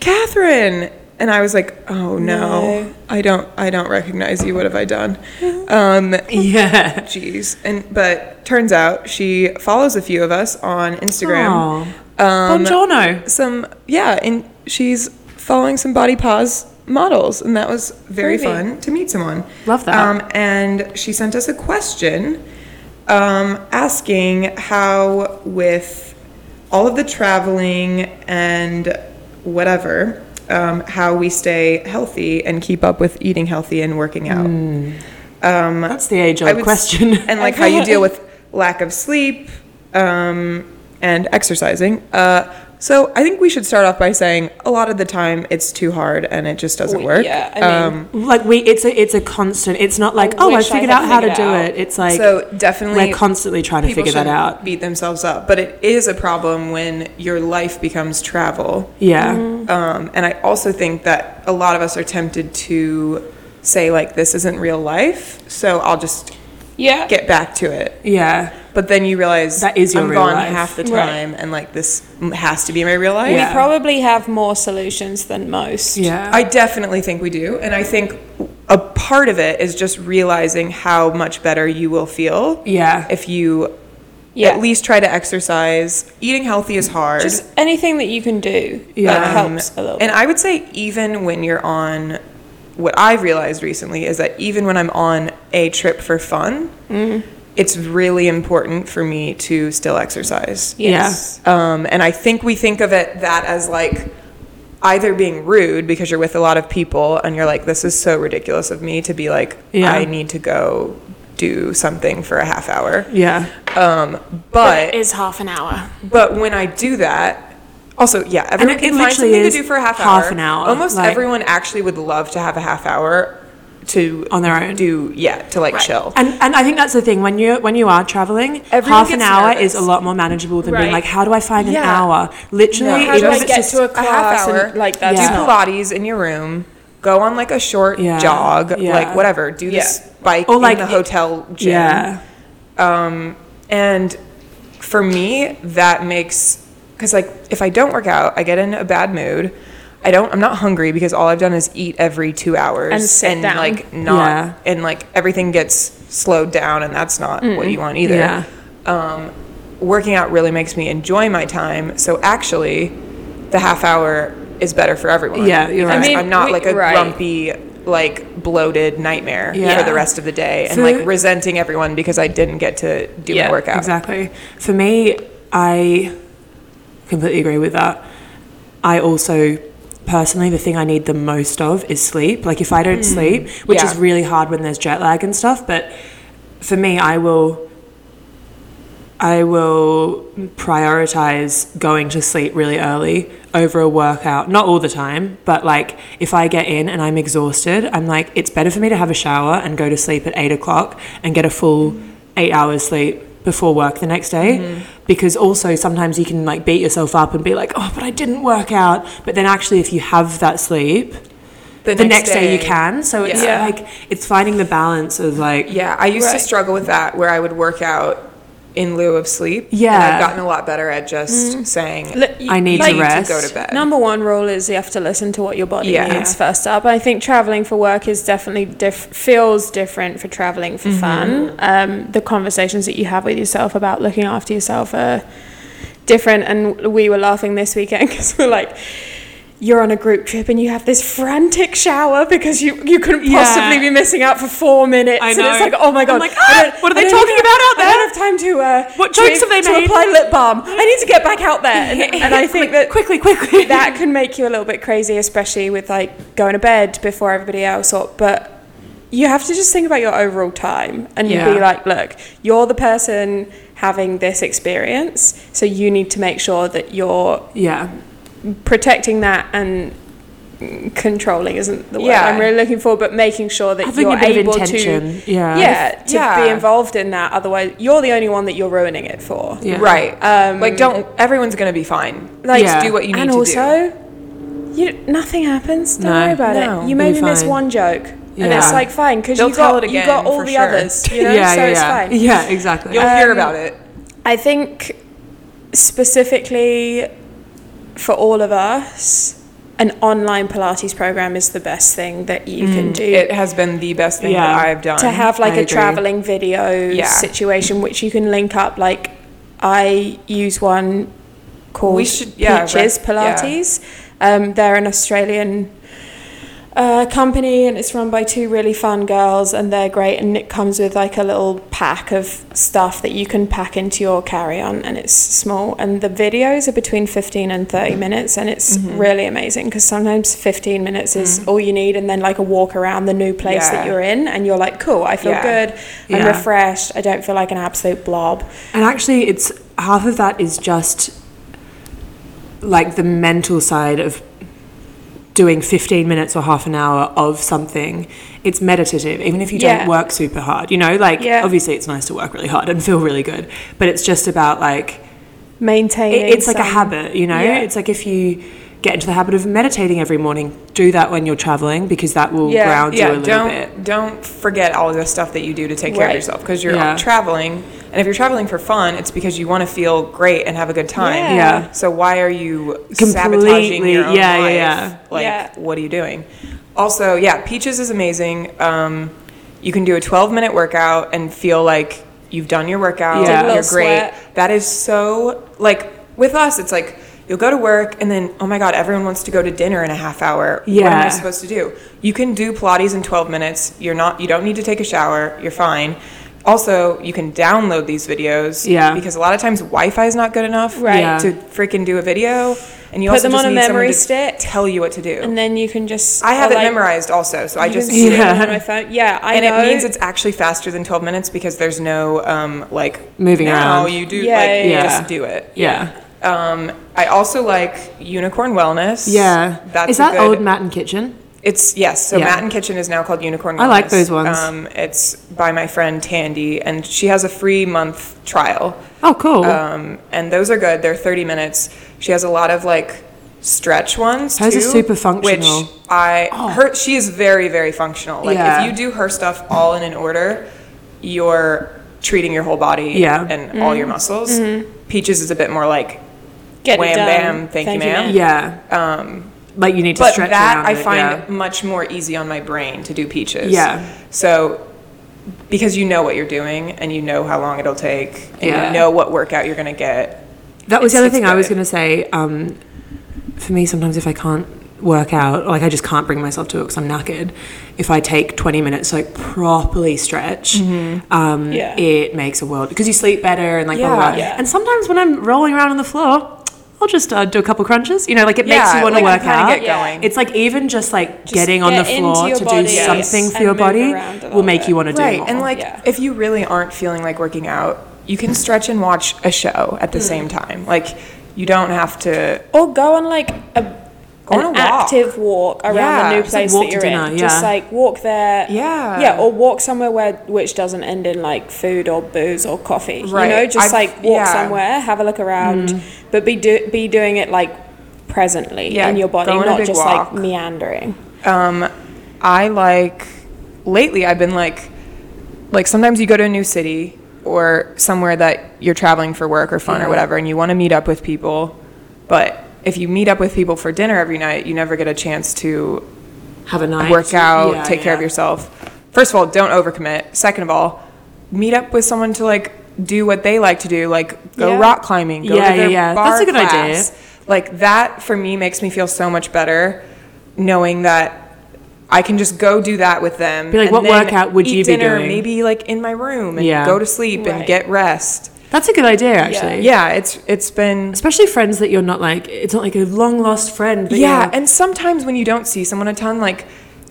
Speaker 3: "Catherine," and I was like, "Oh no, I don't, I don't recognize you. What have I done?"
Speaker 5: Mm-hmm.
Speaker 3: Um,
Speaker 5: Yeah.
Speaker 3: Jeez. And but turns out she follows a few of us on Instagram.
Speaker 5: Um, Buongiorno.
Speaker 3: Some yeah, and she's following some body pause models, and that was very fun to meet someone.
Speaker 5: Love that.
Speaker 3: Um, and she sent us a question um, asking how, with all of the traveling and whatever, um, how we stay healthy and keep up with eating healthy and working out.
Speaker 5: Mm. That's the age
Speaker 3: I
Speaker 5: old
Speaker 3: would-
Speaker 5: question.
Speaker 3: and like how you deal with lack of sleep um, and exercising. Uh, so I think we should start off by saying a lot of the time it's too hard and it just doesn't work.
Speaker 4: yeah, I mean-
Speaker 3: um,
Speaker 5: like we it's a it's a constant. It's not like,
Speaker 4: I
Speaker 5: oh, I
Speaker 4: wish I
Speaker 5: figured
Speaker 4: had
Speaker 5: out how to
Speaker 4: figured
Speaker 5: do
Speaker 4: out."
Speaker 5: it. It's like
Speaker 3: so definitely
Speaker 5: we're constantly trying to
Speaker 3: people
Speaker 5: figure that
Speaker 3: shouldn't
Speaker 5: out.
Speaker 3: Beat themselves up, but it is a problem when your life becomes travel.
Speaker 5: Yeah.
Speaker 3: Um, and I also think that a lot of us are tempted to say like this isn't real life, so I'll just
Speaker 4: Yeah.
Speaker 3: get back to it.
Speaker 5: Yeah.
Speaker 3: But then you realize
Speaker 5: That is your
Speaker 3: I'm
Speaker 5: real
Speaker 3: gone
Speaker 5: life.
Speaker 3: half the
Speaker 4: Right.
Speaker 3: time, and like this m- has to be my real life.
Speaker 5: Yeah.
Speaker 4: We probably have more solutions than most.
Speaker 5: Yeah.
Speaker 3: I definitely think we do, and I think a part of it is just realizing how much better you will feel.
Speaker 5: Yeah.
Speaker 3: if you
Speaker 4: Yeah.
Speaker 3: at least try to exercise. Eating healthy is hard.
Speaker 4: Just anything that you can do
Speaker 5: Yeah.
Speaker 4: that helps a little.
Speaker 3: And I would say even when you're on what I've realized recently is that even when I'm on a trip for fun,
Speaker 5: Mm-hmm.
Speaker 3: it's really important for me to still exercise.
Speaker 4: Yes.
Speaker 3: Um, and I think we think of it that as like either being rude because you're with a lot of people and you're like, this is so ridiculous of me to be like,
Speaker 5: Yeah.
Speaker 3: I need to go do something for a half hour.
Speaker 5: Yeah.
Speaker 3: But
Speaker 6: is half an hour.
Speaker 3: but when I do that, also yeah, everyone
Speaker 5: it
Speaker 3: can find
Speaker 5: literally
Speaker 3: something to
Speaker 5: is
Speaker 3: do for a half,
Speaker 5: half
Speaker 3: hour.
Speaker 5: an hour,
Speaker 3: Almost
Speaker 5: like-
Speaker 3: everyone actually would love to have a half hour to
Speaker 5: On their own.
Speaker 3: do yeah to like chill.
Speaker 5: And and I think that's the thing when you when you are traveling,
Speaker 3: Everyone
Speaker 5: half an
Speaker 3: gets
Speaker 5: hour
Speaker 3: nervous.
Speaker 5: is a lot more manageable than being
Speaker 6: Right.
Speaker 5: like, how do I find an
Speaker 3: Yeah.
Speaker 5: hour? Literally,
Speaker 3: Yeah. How do
Speaker 5: even
Speaker 3: I
Speaker 5: if it's
Speaker 6: get
Speaker 5: just
Speaker 6: to a
Speaker 3: a half
Speaker 6: class
Speaker 3: hour,
Speaker 6: and like that's
Speaker 5: Yeah.
Speaker 3: do
Speaker 6: not-
Speaker 3: Pilates in your room. Go on like a short
Speaker 5: Yeah.
Speaker 3: jog,
Speaker 5: Yeah.
Speaker 3: like whatever. Do this bike
Speaker 5: Or,
Speaker 3: in
Speaker 5: like,
Speaker 3: the
Speaker 5: it-
Speaker 3: hotel gym.
Speaker 5: yeah,
Speaker 3: And for me, that makes because like if I don't work out, I get in a bad mood. I don't. I'm not hungry because all I've done is eat every two hours
Speaker 6: And sit down.
Speaker 3: like not
Speaker 5: Yeah.
Speaker 3: and like everything gets slowed down, and that's not what you want either. Um,
Speaker 5: yeah,
Speaker 3: Working out really makes me enjoy my time. So actually, the half hour is better for everyone.
Speaker 5: Yeah, you're
Speaker 3: Because
Speaker 5: right. I
Speaker 6: mean,
Speaker 3: I'm not
Speaker 6: we-
Speaker 3: like a
Speaker 6: right.
Speaker 3: grumpy, like bloated nightmare
Speaker 5: Yeah.
Speaker 3: for the rest of the day, and
Speaker 5: Food-
Speaker 3: like resenting everyone because I didn't get to do my
Speaker 6: Yeah,
Speaker 3: workout.
Speaker 5: exactly. For me, I completely agree with that. I also personally the thing I need the most of is sleep. Like if I don't sleep, which is
Speaker 3: Yeah.
Speaker 5: really hard when there's jet lag and stuff, but for me, I will I will prioritize going to sleep really early over a workout. Not all the time, but like if I get in and I'm exhausted, I'm like, it's better for me to have a shower and go to sleep at eight o'clock and get a full eight hours sleep before work the next day.
Speaker 3: Mm-hmm.
Speaker 5: Because also sometimes you can like beat yourself up and be like, oh, but I didn't work out. But then actually, if you have that sleep, the, next, day, you can. So it's
Speaker 3: Yeah.
Speaker 5: like, it's finding the balance of like,
Speaker 3: Yeah, I used to struggle with that where I would work out in lieu of sleep. And
Speaker 5: Yeah.
Speaker 3: I've gotten a lot better at just saying,
Speaker 5: I need
Speaker 3: I
Speaker 5: to
Speaker 3: need
Speaker 5: rest.
Speaker 3: to go to bed.
Speaker 4: Number one rule is you have to listen to what your body
Speaker 3: Yeah.
Speaker 4: needs first up. I think traveling for work is definitely diff- feels different for traveling for
Speaker 5: Mm-hmm.
Speaker 4: fun. Um, the conversations that you have with yourself about looking after yourself are different. And we were laughing this weekend because we're like, you're on a group trip and you have this frantic shower because you, you couldn't
Speaker 5: Yeah.
Speaker 4: possibly be missing out for four minutes.
Speaker 5: I
Speaker 4: And it's
Speaker 5: know.
Speaker 4: like, oh my
Speaker 5: I'm
Speaker 4: god,
Speaker 5: like,
Speaker 4: I don't-
Speaker 5: "Ah, what are
Speaker 4: I
Speaker 5: they
Speaker 4: don't
Speaker 5: talking
Speaker 4: even-
Speaker 5: about out
Speaker 4: I
Speaker 5: there?"
Speaker 4: don't have time to. Uh,
Speaker 5: What
Speaker 4: to-
Speaker 5: jokes have they
Speaker 4: To
Speaker 5: made?
Speaker 4: apply lip balm. I need to get back out there. And, and I think that
Speaker 5: quickly, quickly.
Speaker 4: that can make you a little bit crazy, especially with like going to bed before everybody else. Or, but you have to just think about your overall time and
Speaker 5: Yeah.
Speaker 4: be like, look, you're the person having this experience, so you need to make sure that you're
Speaker 5: yeah.
Speaker 4: protecting that and controlling isn't the word
Speaker 3: Yeah.
Speaker 4: I'm really looking for, but making sure that
Speaker 5: Having a
Speaker 4: you're
Speaker 5: bit of
Speaker 4: able
Speaker 5: intention,
Speaker 4: to
Speaker 5: yeah.
Speaker 4: yeah to
Speaker 3: Yeah.
Speaker 4: be involved in that. Otherwise, you're the only one that you're ruining it for.
Speaker 5: Yeah.
Speaker 3: Right. like, don't, everyone's going to be fine.
Speaker 4: Like,
Speaker 5: Yeah.
Speaker 3: Just do what you need
Speaker 4: and
Speaker 3: to do.
Speaker 4: also, you nothing happens. Don't
Speaker 5: No.
Speaker 4: worry about
Speaker 5: No.
Speaker 4: it. You
Speaker 5: You'll
Speaker 4: maybe
Speaker 5: be
Speaker 4: miss
Speaker 5: fine.
Speaker 4: one joke, and
Speaker 5: Yeah.
Speaker 4: it's like fine because
Speaker 3: They'll
Speaker 4: you
Speaker 3: tell
Speaker 4: got
Speaker 3: it
Speaker 4: you
Speaker 3: again,
Speaker 4: got all
Speaker 3: for
Speaker 4: the
Speaker 3: sure.
Speaker 4: others. You know,
Speaker 5: yeah,
Speaker 4: so
Speaker 5: yeah,
Speaker 4: it's
Speaker 5: yeah.
Speaker 4: fine.
Speaker 5: Yeah, exactly.
Speaker 3: You'll hear
Speaker 4: um,
Speaker 3: about it.
Speaker 4: I think specifically for all of us, an online Pilates program is the best thing that you can do.
Speaker 3: Mm. It has been the best thing
Speaker 5: Yeah.
Speaker 3: that I've done.
Speaker 4: to have like
Speaker 5: I
Speaker 4: a
Speaker 5: agree.
Speaker 4: traveling video
Speaker 3: Yeah.
Speaker 4: situation which you can link up like i use one called
Speaker 3: We should- yeah,
Speaker 4: peaches
Speaker 3: rec- yeah.
Speaker 4: pilates um, they're an australian uh, company and it's run by two really fun girls and they're great and it comes with like a little pack of stuff that you can pack into your carry-on and it's small and the videos are between 15 and 30 minutes and it's
Speaker 3: Mm-hmm.
Speaker 4: really amazing because sometimes 15 minutes is all you need and then like a walk around the new place that
Speaker 3: Mm. Yeah.
Speaker 4: you're in and you're like cool I feel
Speaker 3: Yeah.
Speaker 4: good I'm
Speaker 5: Yeah.
Speaker 4: refreshed I don't feel like an absolute blob
Speaker 5: And actually, it's half of that is just like the mental side of doing 15 minutes or half an hour of something. It's meditative, even if you
Speaker 4: Yeah.
Speaker 5: don't work super hard. You know, like
Speaker 4: Yeah.
Speaker 5: obviously, it's nice to work really hard and feel really good, but it's just about like
Speaker 4: maintaining
Speaker 5: it, it's like a
Speaker 4: some-
Speaker 5: habit, you know?
Speaker 4: Yeah.
Speaker 5: It's like if you get into the habit of meditating every morning, do that when you're traveling because that will
Speaker 4: Yeah.
Speaker 5: ground you a
Speaker 3: yeah,
Speaker 5: little
Speaker 3: don't
Speaker 5: bit.
Speaker 3: don't forget all the stuff that you do to take care of
Speaker 4: Right.
Speaker 3: yourself because you're
Speaker 5: Yeah.
Speaker 3: traveling, and if you're traveling for fun, it's because you want to feel great and have a good time.
Speaker 5: Yeah. Yeah.
Speaker 3: So why are you sabotaging
Speaker 5: Completely.
Speaker 3: your own
Speaker 5: Yeah, yeah,
Speaker 3: life?
Speaker 5: yeah.
Speaker 3: Like,
Speaker 4: Yeah.
Speaker 3: what are you doing? Also, yeah, peaches is amazing. Um, you can do a 12 minute workout and feel like you've done your workout.
Speaker 5: Yeah. Take a
Speaker 3: You're
Speaker 4: little
Speaker 3: great.
Speaker 4: sweat.
Speaker 3: That is so like with us, it's like You'll go to work and then, oh my God, everyone wants to go to dinner in a half hour. What am I
Speaker 5: Yeah.
Speaker 3: supposed to do? You can do Pilates in 12 minutes. You're not, you don't need to take a shower. You're fine. Also, you can download these videos.
Speaker 5: Yeah.
Speaker 3: Because a lot of times Wi Fi is not good enough
Speaker 4: Right. Yeah.
Speaker 3: to freaking do a video. And you
Speaker 4: Put
Speaker 3: also
Speaker 4: them
Speaker 3: just
Speaker 4: on a
Speaker 3: need someone
Speaker 4: memory
Speaker 3: to
Speaker 4: stick.
Speaker 3: Tell you what to do.
Speaker 4: and then you can just.
Speaker 3: I have
Speaker 4: or
Speaker 3: it
Speaker 4: like,
Speaker 3: memorized also, so I
Speaker 4: You can
Speaker 3: just
Speaker 4: see
Speaker 5: Yeah.
Speaker 4: it on my phone. Yeah, I
Speaker 3: and
Speaker 4: know.
Speaker 3: it means it's actually faster than 12 minutes because there's no um like
Speaker 5: Moving
Speaker 3: now
Speaker 5: around.
Speaker 3: you do
Speaker 4: Yeah,
Speaker 3: like
Speaker 4: yeah,
Speaker 3: you
Speaker 5: yeah.
Speaker 3: just do it
Speaker 5: Yeah.
Speaker 3: um i also like unicorn wellness
Speaker 5: Yeah.
Speaker 3: that's
Speaker 5: Is
Speaker 3: a
Speaker 5: that
Speaker 3: good,
Speaker 5: old Matt and Kitchen?
Speaker 3: it's yes so
Speaker 5: Yeah.
Speaker 3: matt and kitchen is now called unicorn wellness.
Speaker 5: I like those ones.
Speaker 3: um it's by my friend tandy and she has a free month trial
Speaker 5: Oh, cool.
Speaker 3: um and those are good they're 30 minutes she has a lot of like stretch ones
Speaker 5: Hers
Speaker 3: too,
Speaker 5: is super functional. Oh.
Speaker 3: which i her she is very very functional like
Speaker 5: Yeah.
Speaker 3: if you do her stuff all in an order you're treating your whole body
Speaker 5: Yeah.
Speaker 3: and all your muscles peaches is a bit more like
Speaker 4: Get it
Speaker 3: wham
Speaker 4: done.
Speaker 3: bam thank, you ma'am
Speaker 5: yeah. Um, like you need to
Speaker 3: but
Speaker 5: stretch
Speaker 3: that
Speaker 5: around
Speaker 3: i
Speaker 5: it,
Speaker 3: find
Speaker 5: yeah.
Speaker 3: much more easy on my brain to do peaches
Speaker 5: Yeah.
Speaker 3: so because you know what you're doing and you know how long it'll take and
Speaker 5: Yeah.
Speaker 3: you know what workout you're going to get
Speaker 5: That was the
Speaker 3: It's-
Speaker 5: other
Speaker 3: it's
Speaker 5: thing I was
Speaker 3: good.
Speaker 5: going to say. Um, for me, sometimes if I can't work out, like I just can't bring myself to it because I'm knackered. If I take 20 minutes, to, like properly stretch, um,
Speaker 4: Mm-hmm. Yeah.
Speaker 5: it makes a world because you sleep better and like blah, blah,
Speaker 3: Yeah.
Speaker 5: blah.
Speaker 4: Yeah.
Speaker 5: And sometimes when I'm rolling around on the floor, I'll just uh, do a couple crunches. You know, like it makes
Speaker 3: Yeah,
Speaker 5: you want
Speaker 3: like,
Speaker 5: to
Speaker 3: you
Speaker 5: work
Speaker 3: kinda
Speaker 5: out.
Speaker 3: get going.
Speaker 5: It's like even just like getting on
Speaker 4: get
Speaker 5: the
Speaker 4: into
Speaker 5: floor
Speaker 4: your
Speaker 5: to do
Speaker 4: body
Speaker 5: something for
Speaker 4: and
Speaker 5: your
Speaker 4: move
Speaker 5: body
Speaker 4: around a
Speaker 5: will make
Speaker 4: little
Speaker 5: you want to do
Speaker 3: right
Speaker 5: more.
Speaker 3: and like
Speaker 4: Yeah.
Speaker 3: if you really aren't feeling like working out you can stretch and watch a show at
Speaker 5: Hmm.
Speaker 3: the same time like you don't have to
Speaker 4: Or go on like a
Speaker 3: Go on
Speaker 4: an
Speaker 3: a walk.
Speaker 4: active walk around
Speaker 3: Yeah.
Speaker 4: the new
Speaker 3: Just,
Speaker 5: like,
Speaker 4: place
Speaker 5: walk
Speaker 4: that
Speaker 5: to
Speaker 4: you're
Speaker 5: dinner,
Speaker 4: in. Just
Speaker 5: yeah.
Speaker 4: like walk there.
Speaker 3: Yeah.
Speaker 4: Yeah, or walk somewhere where which doesn't end in like food or booze or coffee.
Speaker 3: Right.
Speaker 4: You know, just
Speaker 3: I've-
Speaker 4: like walk
Speaker 3: yeah. Mm.
Speaker 4: somewhere, have a look around, but be do, be doing it like presently
Speaker 3: Yeah,
Speaker 4: in your body,
Speaker 3: go on a
Speaker 4: not
Speaker 3: big
Speaker 4: just
Speaker 3: walk.
Speaker 4: like meandering.
Speaker 3: um i like lately i've been like like sometimes you go to a new city or somewhere that you're traveling for work or fun or whatever and you want to meet up with people but if you meet up with people for dinner every night you never get a chance to
Speaker 5: Have a night.
Speaker 3: work out,
Speaker 5: Yeah,
Speaker 3: take care of
Speaker 5: yeah.
Speaker 3: yourself. First of all, don't overcommit. Second of all, meet up with someone to like do what they like to do, like go
Speaker 4: Yeah.
Speaker 3: rock climbing, go
Speaker 5: Yeah,
Speaker 3: to
Speaker 5: yeah,
Speaker 3: their
Speaker 5: yeah.
Speaker 3: bar
Speaker 5: That's a good idea.
Speaker 3: class. Like that for me makes me feel so much better knowing that I can just go do that with them.
Speaker 5: Be like,
Speaker 3: and
Speaker 5: what
Speaker 3: then
Speaker 5: workout would
Speaker 3: eat
Speaker 5: you be
Speaker 3: dinner,
Speaker 5: doing?
Speaker 3: Maybe like in my room and
Speaker 5: Yeah.
Speaker 3: go to sleep and
Speaker 4: Right.
Speaker 3: get rest.
Speaker 5: That's a good idea, actually.
Speaker 3: Yeah, it's it's been
Speaker 5: especially friends that you're not like it's not like a long lost friend but
Speaker 3: yeah,
Speaker 5: yeah
Speaker 3: and sometimes when you don't see someone a ton, like,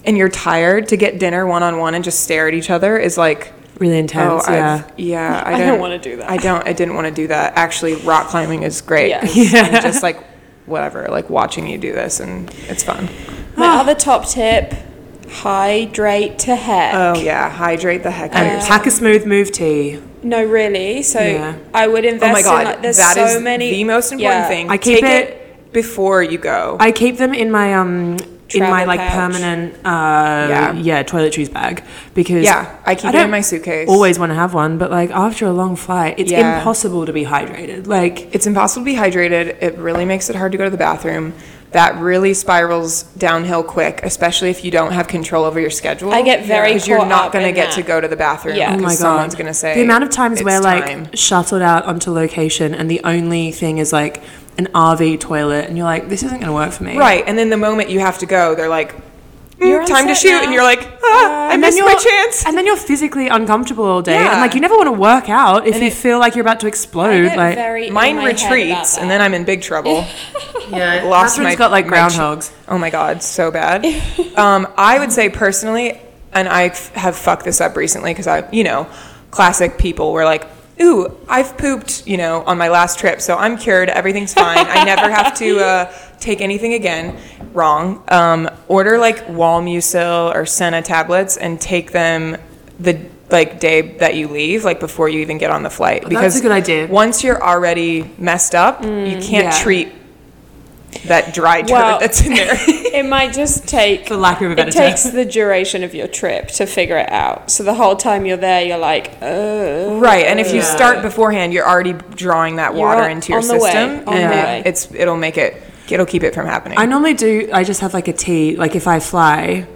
Speaker 3: and you're tired to get dinner one on one and just stare at each other is like,
Speaker 5: really intense
Speaker 3: oh,
Speaker 5: yeah
Speaker 3: I've, yeah, I
Speaker 4: I
Speaker 3: don't,
Speaker 4: don't wanna do that.
Speaker 3: I don't, I didn't want to do that. Actually, rock climbing is great.
Speaker 4: Yeah.
Speaker 3: 'cause I'm just like, whatever, like watching you do this and it's fun.
Speaker 4: My other top tip: hydrate to heck.
Speaker 3: Oh yeah, hydrate the heck out of
Speaker 5: and
Speaker 3: yourself.
Speaker 5: pack a smooth move tea
Speaker 4: No, really. So
Speaker 5: Yeah.
Speaker 4: I would invest
Speaker 3: Oh my god,
Speaker 4: in like there's
Speaker 3: that
Speaker 4: so
Speaker 3: is
Speaker 4: many
Speaker 3: the most important
Speaker 4: yeah.
Speaker 3: thing.
Speaker 5: I keep
Speaker 3: Take
Speaker 5: it-
Speaker 3: before you go.
Speaker 5: i keep them in my um in my
Speaker 4: Travel
Speaker 5: like
Speaker 4: pouch.
Speaker 5: permanent uh
Speaker 3: Yeah.
Speaker 5: yeah. toiletries bag because
Speaker 3: Yeah, I keep it in
Speaker 5: don't
Speaker 3: my suitcase.
Speaker 5: always want to have one but like after a long flight it's
Speaker 3: Yeah.
Speaker 5: impossible to be hydrated like
Speaker 3: it's impossible to be hydrated. It really makes it hard to go to the bathroom. That really spirals downhill quick, especially if you don't have control over your schedule.
Speaker 4: I get very
Speaker 3: because you're
Speaker 4: caught
Speaker 3: not
Speaker 4: up
Speaker 3: going to
Speaker 4: in
Speaker 3: get to
Speaker 4: that.
Speaker 3: go to the bathroom.
Speaker 4: Yeah. Oh
Speaker 5: oh
Speaker 3: because
Speaker 5: my god
Speaker 3: someone's going to say
Speaker 5: the amount of times
Speaker 3: "It's
Speaker 5: we're like
Speaker 3: time."
Speaker 5: shuttled out onto location and the only thing is like an rv toilet and you're like this isn't going to work for me
Speaker 3: right, and then the moment you have to go, they're like, "Mm,
Speaker 4: You're on
Speaker 3: "Time to
Speaker 4: set
Speaker 3: shoot,"
Speaker 4: now. Uh,
Speaker 3: and you're like, ah, "I missed my chance."
Speaker 5: And then you're physically uncomfortable all day,
Speaker 3: Yeah.
Speaker 5: and like you never want to work out if you feel like you're about to
Speaker 4: I
Speaker 5: explode.
Speaker 4: get
Speaker 5: Like
Speaker 4: very in
Speaker 3: Mine
Speaker 4: my head about
Speaker 3: retreats, and
Speaker 4: that.
Speaker 3: then I'm in big trouble.
Speaker 5: yeah,
Speaker 3: lost
Speaker 5: Catherine's
Speaker 3: my-
Speaker 5: got like
Speaker 3: my ch-
Speaker 5: groundhogs.
Speaker 3: Oh my god, so bad. um, I would say personally, and I f- have fucked this up recently because I, you know, classic people were like, "Ooh, I've pooped," you know, on my last trip, so I'm cured. Everything's fine. I never have to uh, take anything again. Wrong. Um, order like Walmucil or Senna tablets and take them the like day that you leave, like before you even get on the flight. because
Speaker 5: a good idea.
Speaker 3: Once you're already messed up, you can't
Speaker 5: yeah.
Speaker 3: treat that dry turd
Speaker 4: Mm, Well-
Speaker 3: that's in there.
Speaker 4: it might just take
Speaker 5: For lack of a better
Speaker 4: it
Speaker 5: term.
Speaker 4: takes the duration of your trip to figure it out. So the whole time you're there, you're like, oh,
Speaker 3: Right, and if you start beforehand, you're already drawing that
Speaker 4: You're
Speaker 3: water
Speaker 4: on-
Speaker 3: into your
Speaker 4: on the way,
Speaker 3: system,
Speaker 4: on
Speaker 3: and
Speaker 4: the
Speaker 3: it-
Speaker 4: way.
Speaker 3: it's it'll make it it'll keep it from happening.
Speaker 5: I normally do. I just have like a tea. Like if I fly,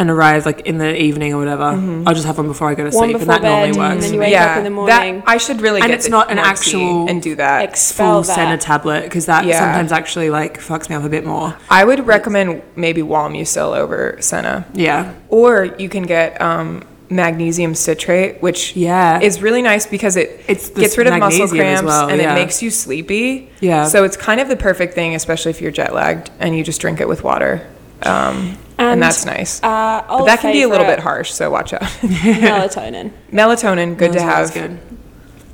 Speaker 5: and arrive like in the evening or whatever, I'll just have one before I go to
Speaker 4: Mm-hmm. One
Speaker 5: sleep, and
Speaker 4: before
Speaker 5: that normally
Speaker 4: bed,
Speaker 5: works.
Speaker 4: and then you wake up in the morning.
Speaker 3: That, I should really
Speaker 5: And
Speaker 3: get
Speaker 5: it's
Speaker 3: the
Speaker 5: not an
Speaker 3: morphine
Speaker 5: actual
Speaker 3: and do that.
Speaker 4: Expel
Speaker 5: full
Speaker 4: that.
Speaker 5: Senna tablet because that
Speaker 3: Yeah.
Speaker 5: sometimes actually like fucks me up a bit more.
Speaker 3: I would recommend maybe Walmucil over Senna.
Speaker 5: Yeah,
Speaker 3: Or you can get um, magnesium citrate, which
Speaker 5: Yeah.
Speaker 3: is really nice because it
Speaker 5: It's the
Speaker 3: gets rid of muscle
Speaker 5: magnesium as
Speaker 3: cramps
Speaker 5: well,
Speaker 3: and
Speaker 5: yeah.
Speaker 3: it makes you sleepy.
Speaker 5: Yeah.
Speaker 3: So it's kind of the perfect thing, especially if you're jet lagged and you just drink it with water. Um, and,
Speaker 4: And,
Speaker 3: that's nice.
Speaker 4: uh,
Speaker 3: but
Speaker 4: old
Speaker 3: that can be a little
Speaker 4: favourite.
Speaker 3: bit harsh, so watch out.
Speaker 4: melatonin.
Speaker 3: Melatonin, good to
Speaker 5: That's
Speaker 3: have.
Speaker 5: good.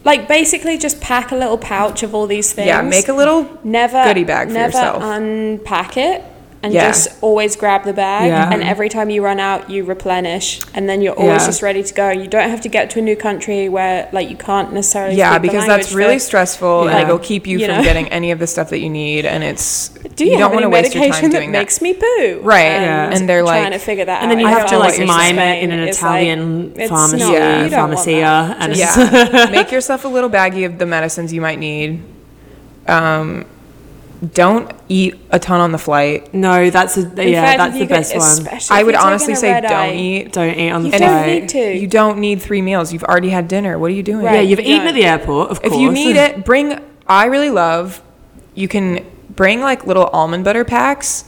Speaker 4: Like basically, just pack a little pouch of all these things.
Speaker 3: Yeah, make a little
Speaker 4: never
Speaker 3: goodie bag for
Speaker 4: never
Speaker 3: yourself.
Speaker 4: Unpack it and
Speaker 3: Yeah.
Speaker 4: just always grab the bag.
Speaker 5: Yeah.
Speaker 4: And every time you run out, you replenish, and then you're always
Speaker 5: Yeah.
Speaker 4: just ready to go. You don't have to get to a new country where like you can't necessarily.
Speaker 3: yeah,
Speaker 4: speak the
Speaker 3: because
Speaker 4: language
Speaker 3: that's really
Speaker 4: for-
Speaker 3: stressful
Speaker 5: Yeah.
Speaker 3: and it'll keep you,
Speaker 4: You
Speaker 3: from
Speaker 4: know?
Speaker 3: getting any of the stuff that you need. And it's
Speaker 4: Do you,
Speaker 3: don't
Speaker 4: have
Speaker 3: want
Speaker 4: any
Speaker 3: to waste your
Speaker 4: medication
Speaker 3: time
Speaker 4: that
Speaker 3: doing
Speaker 4: makes
Speaker 3: that.
Speaker 4: me poo?
Speaker 3: Right, yeah. and they're
Speaker 4: trying
Speaker 3: like-
Speaker 4: to figure that out.
Speaker 5: And then you
Speaker 4: I
Speaker 5: have
Speaker 4: don't
Speaker 5: to
Speaker 4: know
Speaker 5: like
Speaker 4: what you're
Speaker 5: mime it in
Speaker 4: saying.
Speaker 5: an
Speaker 4: It's like,
Speaker 5: Italian
Speaker 4: it's
Speaker 5: pharmacy,
Speaker 4: not-
Speaker 3: Yeah.
Speaker 4: you don't want
Speaker 5: pharmacia,
Speaker 4: that.
Speaker 5: and it's
Speaker 3: Yeah. Make yourself a little baggie of the medicines you might need. Um, don't eat a ton on the flight.
Speaker 5: no, that's a
Speaker 4: In
Speaker 5: yeah,
Speaker 4: fact, if
Speaker 5: that's
Speaker 4: you
Speaker 5: the
Speaker 4: get-
Speaker 5: best one.
Speaker 4: especially
Speaker 3: I
Speaker 4: if
Speaker 3: would
Speaker 4: you're taking
Speaker 3: honestly
Speaker 4: a
Speaker 3: say
Speaker 4: red
Speaker 3: don't
Speaker 4: eye.
Speaker 3: eat.
Speaker 5: Don't eat on the
Speaker 4: You
Speaker 5: flight.
Speaker 4: don't need to.
Speaker 3: You don't need three meals. You've already had dinner. What are you doing?
Speaker 4: Right.
Speaker 5: Yeah, you've
Speaker 4: you
Speaker 5: eaten
Speaker 4: don't.
Speaker 5: at the airport, of
Speaker 3: If
Speaker 5: course.
Speaker 3: you need it, bring. I really love. You can bring like little almond butter packs,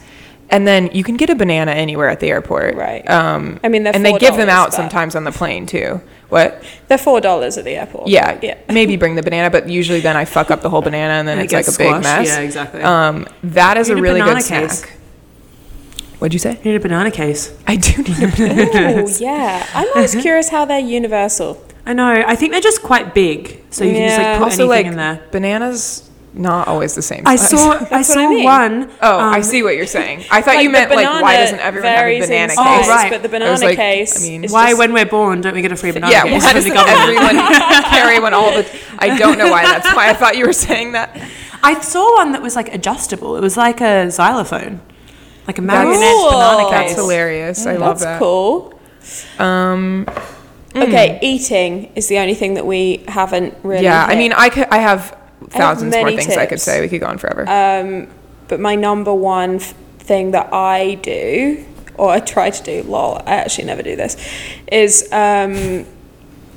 Speaker 3: and then you can get a banana anywhere at the airport.
Speaker 4: Right.
Speaker 3: Um,
Speaker 4: I mean, they're
Speaker 3: and they
Speaker 4: $4,
Speaker 3: give them out
Speaker 4: but-
Speaker 3: sometimes on the plane too. What?
Speaker 4: They're four dollars at the airport.
Speaker 3: Yeah,
Speaker 4: yeah.
Speaker 3: Maybe bring the banana, but usually then I fuck up the whole banana, and then
Speaker 5: And it
Speaker 3: it's like a
Speaker 5: gets
Speaker 3: big
Speaker 5: squashed.
Speaker 3: mess.
Speaker 5: Yeah, exactly.
Speaker 3: Um, that is
Speaker 5: You
Speaker 3: a
Speaker 5: need a
Speaker 3: really good
Speaker 5: banana
Speaker 3: snack.
Speaker 5: case.
Speaker 3: What'd you say?
Speaker 5: You need a banana case.
Speaker 3: I do need a banana.
Speaker 4: Oh yeah, I'm always curious how they're universal.
Speaker 5: I know. I think they're just quite big, so you can just
Speaker 4: Yeah.
Speaker 5: like put
Speaker 3: also,
Speaker 5: anything
Speaker 3: like
Speaker 5: in there.
Speaker 3: bananas, not always the same.
Speaker 5: I
Speaker 3: size.
Speaker 5: saw. I
Speaker 4: That's what I
Speaker 5: saw
Speaker 4: mean.
Speaker 5: one.
Speaker 3: Oh, I
Speaker 5: um,
Speaker 3: see what you're saying. I thought
Speaker 4: Like,
Speaker 3: you
Speaker 4: the
Speaker 3: meant like why
Speaker 4: banana
Speaker 3: doesn't everyone have a
Speaker 4: varies in
Speaker 3: banana case?
Speaker 4: size,
Speaker 5: Oh, right.
Speaker 4: but the
Speaker 3: I was
Speaker 4: banana case
Speaker 3: I mean,
Speaker 4: is
Speaker 5: Why,
Speaker 4: just-
Speaker 5: when we're born, don't we get a free banana
Speaker 3: yeah,
Speaker 5: case?
Speaker 3: why
Speaker 5: from
Speaker 3: does
Speaker 5: the government?
Speaker 3: everyone carry one all the? I don't know why. That's why I thought you were saying that.
Speaker 5: I saw one that was like adjustable. It was like a xylophone, like a marionette
Speaker 4: Cool.
Speaker 5: banana Mm,
Speaker 3: That's
Speaker 5: case.
Speaker 3: hilarious. I love
Speaker 4: That's
Speaker 3: that.
Speaker 4: cool.
Speaker 3: Um, mm.
Speaker 4: Okay, eating is the only thing that we haven't really.
Speaker 3: yeah, I
Speaker 4: hit.
Speaker 3: mean, I could. I have thousands more
Speaker 4: many
Speaker 3: things I could
Speaker 4: tips.
Speaker 3: say. We could go on forever.
Speaker 4: but my number one f- thing that I do, or I try to do, lol, I actually never do this, is um,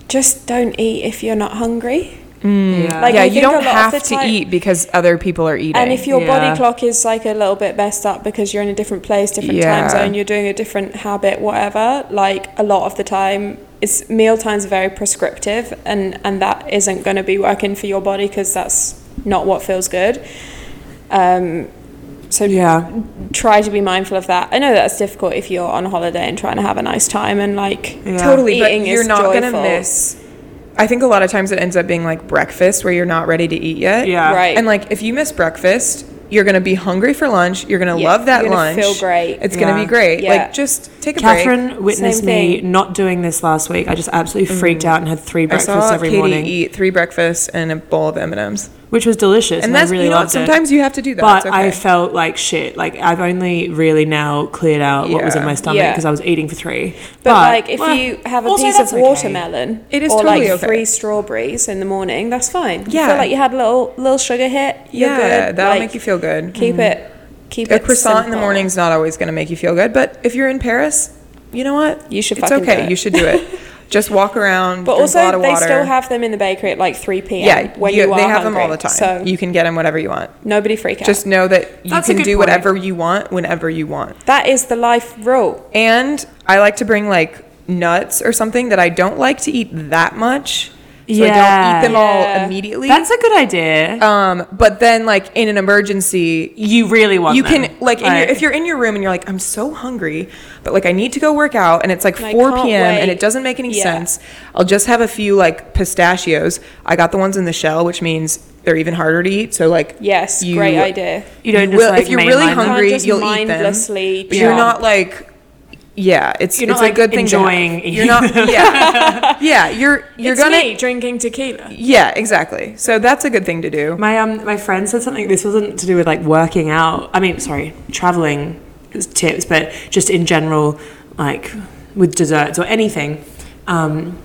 Speaker 4: just don't eat if you're not hungry.
Speaker 5: Mm. Yeah.
Speaker 4: Like,
Speaker 3: yeah,
Speaker 4: I
Speaker 3: you
Speaker 4: think a lot
Speaker 3: don't
Speaker 4: of the
Speaker 3: have to
Speaker 4: time-
Speaker 3: eat because other people are eating.
Speaker 4: And if your
Speaker 5: Yeah.
Speaker 4: body clock is like a little bit messed up because you're in a different place, different
Speaker 3: Yeah.
Speaker 4: time zone, you're doing a different habit, whatever, like a lot of the time, it's meal times are very prescriptive and, and that isn't going to be working for your body because that's not what feels good. Um, so
Speaker 5: yeah,
Speaker 4: try to be mindful of that. I know that's difficult if you're on holiday and trying to have a nice time and like
Speaker 3: totally, but
Speaker 4: eating
Speaker 3: you're
Speaker 4: is
Speaker 3: not gonna
Speaker 4: joyful.
Speaker 3: miss. I think a lot of times it ends up being like breakfast where you're not ready to eat yet.
Speaker 5: Yeah.
Speaker 4: Right.
Speaker 3: And like if you miss breakfast, you're gonna be hungry for lunch. You're gonna
Speaker 4: Yeah,
Speaker 3: love that
Speaker 4: you're gonna
Speaker 3: lunch.
Speaker 4: feel great.
Speaker 3: It's
Speaker 5: Yeah.
Speaker 3: gonna be great.
Speaker 4: Yeah.
Speaker 3: Like just take a break.
Speaker 5: Catherine witnessed
Speaker 4: Same
Speaker 5: me
Speaker 4: thing.
Speaker 5: not doing this last week. I just absolutely freaked out and had three
Speaker 3: I
Speaker 5: breakfasts
Speaker 3: saw E.
Speaker 5: every
Speaker 3: Katie
Speaker 5: morning,
Speaker 3: eat three breakfasts and a bowl of M and M's.
Speaker 5: which was delicious.
Speaker 3: And
Speaker 5: And, I
Speaker 3: that's
Speaker 5: really
Speaker 3: you know
Speaker 5: loved it.
Speaker 3: sometimes you have to do that.
Speaker 5: But
Speaker 3: It's
Speaker 5: I
Speaker 3: okay.
Speaker 5: felt like shit. Like I've only really now cleared out what was in
Speaker 3: Yeah.
Speaker 5: my stomach
Speaker 4: Yeah.
Speaker 5: because I was eating for three.
Speaker 4: But, like if
Speaker 5: well,
Speaker 4: you have a
Speaker 5: also
Speaker 4: piece of
Speaker 5: that's okay.
Speaker 4: watermelon
Speaker 3: It is
Speaker 4: or
Speaker 3: totally
Speaker 4: like
Speaker 3: okay.
Speaker 4: three strawberries in the morning, that's fine. You
Speaker 3: Yeah.
Speaker 4: feel like you had a little little sugar hit. You're
Speaker 3: yeah,
Speaker 4: good.
Speaker 3: that'll
Speaker 4: Like,
Speaker 3: make you feel good.
Speaker 4: Keep it keep
Speaker 3: a
Speaker 4: it
Speaker 3: croissant in the
Speaker 4: simple.
Speaker 3: morning's not always going to make you feel good, but if you're in Paris, you know what?
Speaker 4: You should
Speaker 3: It's
Speaker 4: fucking do
Speaker 3: okay.
Speaker 4: it.
Speaker 3: You should do it. Just walk around.
Speaker 4: But
Speaker 3: drink a lot
Speaker 4: also
Speaker 3: of
Speaker 4: they
Speaker 3: water.
Speaker 4: still have them in the bakery at like three PM
Speaker 3: yeah.
Speaker 4: when
Speaker 3: you-
Speaker 4: you, are
Speaker 3: they have them all
Speaker 4: hungry.
Speaker 3: the time.
Speaker 4: So
Speaker 3: you can get them whatever you want.
Speaker 4: nobody freak out.
Speaker 3: Just know that you
Speaker 5: That's a
Speaker 3: can
Speaker 5: good
Speaker 3: do
Speaker 5: point.
Speaker 3: whatever you want whenever you want.
Speaker 4: that is the life rule.
Speaker 3: And I like to bring like nuts or something that I don't like to eat that much. So I
Speaker 5: Yeah.
Speaker 3: don't eat them
Speaker 4: Yeah.
Speaker 3: all immediately.
Speaker 5: That's a good idea.
Speaker 3: um, but then like in an emergency,
Speaker 5: you really want.
Speaker 3: you
Speaker 5: them.
Speaker 3: can like in your, if you're in your room and you're like i'm so hungry but like i need to go work out and it's like
Speaker 4: And I
Speaker 3: 4 p.m
Speaker 4: can't
Speaker 3: and
Speaker 4: wait.
Speaker 3: it doesn't make any
Speaker 4: Yeah.
Speaker 3: sense i'll just have a few like pistachios i got the ones in the shell which means they're even harder to eat so like
Speaker 4: Yes,
Speaker 3: you-
Speaker 4: great idea.
Speaker 5: You don't
Speaker 3: you
Speaker 5: just,
Speaker 3: will-
Speaker 5: like,
Speaker 3: if you're really
Speaker 5: mainline them.
Speaker 3: hungry
Speaker 4: Can't just
Speaker 3: you'll eat them
Speaker 4: mindlessly
Speaker 3: but you're
Speaker 5: chomp.
Speaker 3: not like yeah it's
Speaker 5: You're
Speaker 3: it's
Speaker 5: not,
Speaker 3: a
Speaker 5: like,
Speaker 3: good thing to have.
Speaker 5: enjoying
Speaker 3: you're not yeah yeah you're you're gonna
Speaker 4: drinking tequila.
Speaker 3: yeah exactly so that's a good thing to do
Speaker 5: My um my friend said something. This wasn't to do with like working out. I mean, sorry, traveling tips, but just in general, like with desserts or anything. Um,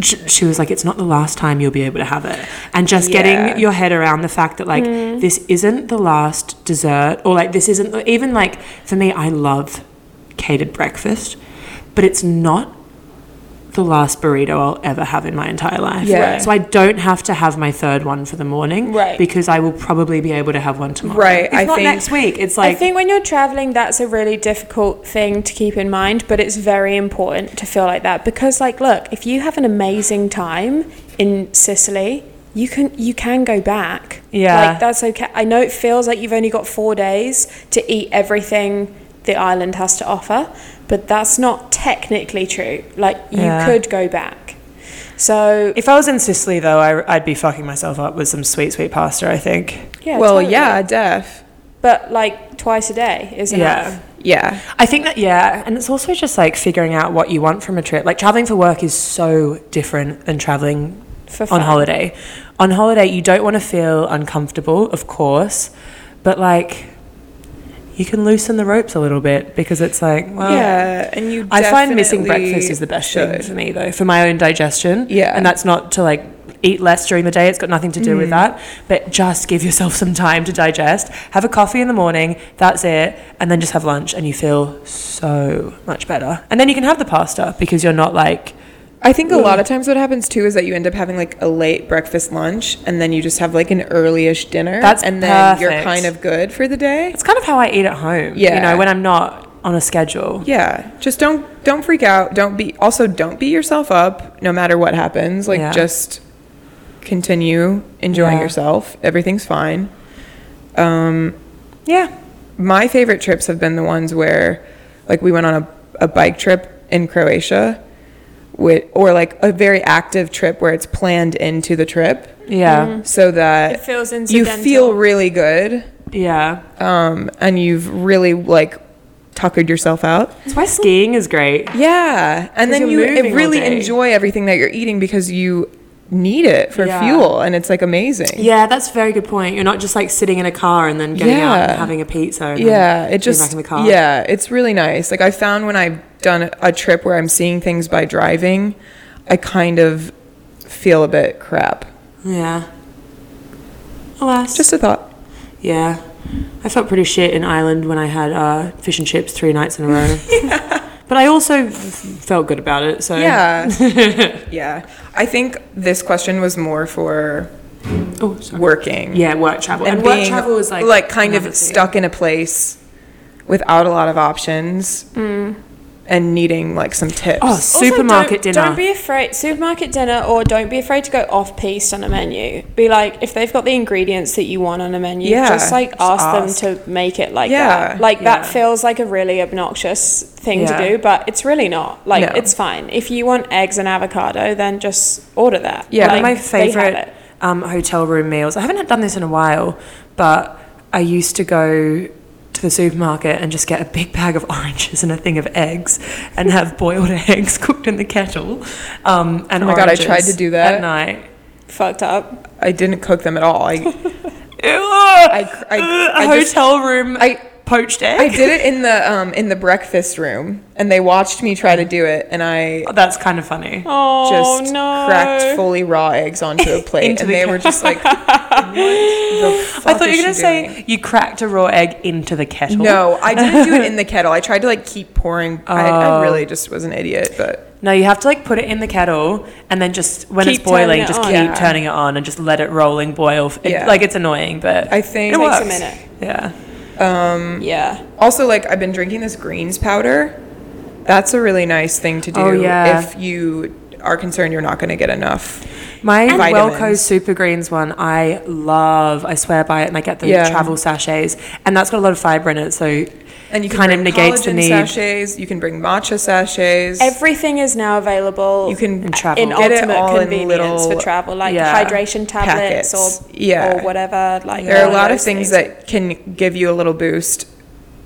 Speaker 5: sh- she was like, "It's not the last time you'll be able to have it," and just
Speaker 3: Yeah.
Speaker 5: getting your head around the fact that like this isn't the last dessert, or like this isn't even like for me. I love
Speaker 7: catered breakfast, but it's not the last burrito I'll ever have in my entire life.
Speaker 3: Yeah. Right.
Speaker 7: So I don't have to have my third one for the morning.
Speaker 4: Right.
Speaker 7: Because I will probably be able to have one tomorrow.
Speaker 3: Right,
Speaker 7: If
Speaker 3: I
Speaker 7: not
Speaker 3: think-
Speaker 7: next week. It's
Speaker 4: I
Speaker 7: like
Speaker 4: think when you're traveling, that's a really difficult thing to keep in mind, but it's very important to feel like that because, like, look, if you have an amazing time in Sicily, you can you can go back.
Speaker 5: Yeah.
Speaker 4: like that's okay. I know it feels like you've only got four days to eat everything the island has to offer, but that's not technically true. Like, you
Speaker 5: Yeah.
Speaker 4: could go back. So
Speaker 5: If I was in Sicily, though, I, I'd be fucking myself up with some sweet, sweet pasta, I think.
Speaker 4: yeah,
Speaker 3: well,
Speaker 4: totally.
Speaker 3: yeah, def.
Speaker 4: but like twice a day is enough.
Speaker 5: Yeah.
Speaker 3: Yeah.
Speaker 5: I think that, yeah. And it's also just like figuring out what you want from a trip. Like, traveling for work is so different than traveling
Speaker 4: For
Speaker 5: on
Speaker 4: fun.
Speaker 5: holiday. On holiday, you don't want to feel uncomfortable, of course, but like, you can loosen the ropes a little bit because it's like, well,
Speaker 3: yeah, and you.
Speaker 5: I find missing
Speaker 3: definitely
Speaker 5: breakfast is the best thing
Speaker 3: should.
Speaker 5: for me, though, for my own digestion.
Speaker 3: Yeah.
Speaker 5: And that's not to like eat less during the day, it's got nothing to do
Speaker 7: Mm.
Speaker 5: with that. But just give yourself some time to digest. Have a coffee in the morning, that's it. And then just have lunch, and you feel so much better. And then you can have the pasta because you're not like,
Speaker 3: I think a
Speaker 5: Mm.
Speaker 3: lot of times what happens too is that you end up having like a late breakfast lunch and then you just have like an early-ish dinner.
Speaker 5: That's
Speaker 3: and then you're
Speaker 5: perfect.
Speaker 3: kind of good for the day.
Speaker 5: it's kind of how I eat at home, you
Speaker 3: Yeah.
Speaker 5: know, when I'm not on a schedule.
Speaker 3: Yeah. Just don't don't freak out. Don't be also don't beat yourself up no matter what happens. Like
Speaker 5: Yeah.
Speaker 3: just continue enjoying
Speaker 5: Yeah.
Speaker 3: yourself. Everything's fine.
Speaker 5: Yeah.
Speaker 3: my favorite trips have been the ones where like we went on a, a bike trip in croatia with, or like a very active trip where it's planned into the trip
Speaker 5: Yeah.
Speaker 7: Mm.
Speaker 3: so that
Speaker 4: It feels
Speaker 3: you feel
Speaker 4: incidental.
Speaker 3: really good
Speaker 5: Yeah.
Speaker 3: um, and you've really like tuckered yourself out
Speaker 5: That's why skiing is great.
Speaker 3: yeah and then you
Speaker 5: you're moving all
Speaker 3: really
Speaker 5: day.
Speaker 3: enjoy everything that you're eating because you need it for
Speaker 5: Yeah.
Speaker 3: fuel and it's like amazing
Speaker 7: Yeah, that's a very good point. You're not just like sitting in a car and then getting out
Speaker 3: Yeah.
Speaker 7: and having a pizza and then
Speaker 3: yeah it
Speaker 7: getting
Speaker 3: just
Speaker 7: back in the car.
Speaker 3: yeah it's really nice like i found when i've done a trip where i'm seeing things by driving i kind of feel a bit crap
Speaker 7: Yeah. Alas.
Speaker 3: just a thought
Speaker 7: yeah. I felt pretty shit in Ireland when I had uh, fish and chips three nights in a row. But I also f- felt good about it. So
Speaker 3: yeah yeah i think this question was more for
Speaker 7: Oh, sorry.
Speaker 3: working
Speaker 7: Yeah, work travel. And, work travel is like
Speaker 3: kind
Speaker 7: another
Speaker 3: of
Speaker 7: thing.
Speaker 3: stuck in a place without a lot of options
Speaker 5: Mm.
Speaker 3: and needing like some tips
Speaker 7: Oh, supermarket
Speaker 4: don't,
Speaker 7: dinner.
Speaker 4: Don't be afraid. Supermarket dinner, or don't be afraid to go off piste on a menu. Be like, if they've got the ingredients that you want on a menu,
Speaker 3: Yeah,
Speaker 4: just like
Speaker 3: just
Speaker 4: ask,
Speaker 3: ask.
Speaker 4: them to make it like
Speaker 3: Yeah,
Speaker 4: that. Like that
Speaker 7: yeah.
Speaker 4: feels like a really obnoxious thing
Speaker 5: Yeah.
Speaker 4: to do, but it's really not. Like
Speaker 3: No.
Speaker 4: it's fine. If you want eggs and avocado, then just order that.
Speaker 3: Yeah.
Speaker 4: like,
Speaker 3: One
Speaker 5: One of my
Speaker 4: they have
Speaker 5: favorite
Speaker 4: it.
Speaker 5: um, hotel room meals. I haven't had- done this in a while, but I used to go to the supermarket and just get a big bag of oranges and a thing of eggs and have boiled eggs cooked in the kettle. Um, and
Speaker 3: Oh my God, I
Speaker 5: oranges
Speaker 3: tried to do that.
Speaker 5: at night.
Speaker 4: Fucked up.
Speaker 3: i didn't cook them at all i
Speaker 5: Ew,
Speaker 3: I- I
Speaker 5: a
Speaker 3: just-
Speaker 5: hotel room
Speaker 3: I-
Speaker 5: poached egg.
Speaker 3: I did it in the um in the breakfast room, and they watched me try to do it, and I
Speaker 5: That's kind of funny.
Speaker 4: Oh
Speaker 3: just
Speaker 4: no.
Speaker 3: cracked fully raw eggs onto a plate,
Speaker 5: Into
Speaker 3: and
Speaker 5: the
Speaker 3: they were just like, "What the fuck
Speaker 5: I thought
Speaker 3: is
Speaker 5: you were going to
Speaker 3: she
Speaker 5: say
Speaker 3: doing?"
Speaker 5: you cracked a raw egg into the kettle.
Speaker 3: No, I didn't do it in the kettle. I tried to like keep pouring. I,
Speaker 5: Oh.
Speaker 3: I really just was an idiot, but
Speaker 5: No, you have to like put it in the kettle and then just when
Speaker 4: Keep
Speaker 5: it's
Speaker 4: turning
Speaker 5: boiling,
Speaker 4: it
Speaker 5: just
Speaker 4: on.
Speaker 5: keep
Speaker 3: Yeah.
Speaker 5: turning it on and just let it roll and boil. It-
Speaker 3: Yeah.
Speaker 5: Like it's annoying, but
Speaker 3: I think
Speaker 5: it
Speaker 4: Takes a
Speaker 5: works.
Speaker 4: minute.
Speaker 5: Yeah.
Speaker 3: Mm.
Speaker 4: Yeah.
Speaker 3: also like I've been drinking this greens powder. That's a really nice thing to do
Speaker 5: Oh, yeah.
Speaker 3: if you are concerned you're not going to get enough.
Speaker 5: My
Speaker 3: vitamins.
Speaker 5: Welco Super Greens one, I love. I swear by it, and I get the
Speaker 3: Yeah.
Speaker 5: travel sachets, and that's got a lot of fiber in it, so
Speaker 3: And you can
Speaker 5: kind of
Speaker 3: bring
Speaker 5: negates the
Speaker 3: collagen
Speaker 5: need.
Speaker 3: sachets. You can bring matcha sachets.
Speaker 4: Everything is now available.
Speaker 3: you can
Speaker 5: And travel.
Speaker 4: in
Speaker 3: Get it
Speaker 4: ultimate
Speaker 3: all in
Speaker 4: convenience
Speaker 3: little-
Speaker 4: for travel, like
Speaker 5: yeah,
Speaker 4: hydration tablets
Speaker 3: packets.
Speaker 4: or
Speaker 3: Yeah.
Speaker 4: or whatever. Like
Speaker 3: There are a
Speaker 4: all
Speaker 3: lot of
Speaker 4: those
Speaker 3: things that can give you a little boost.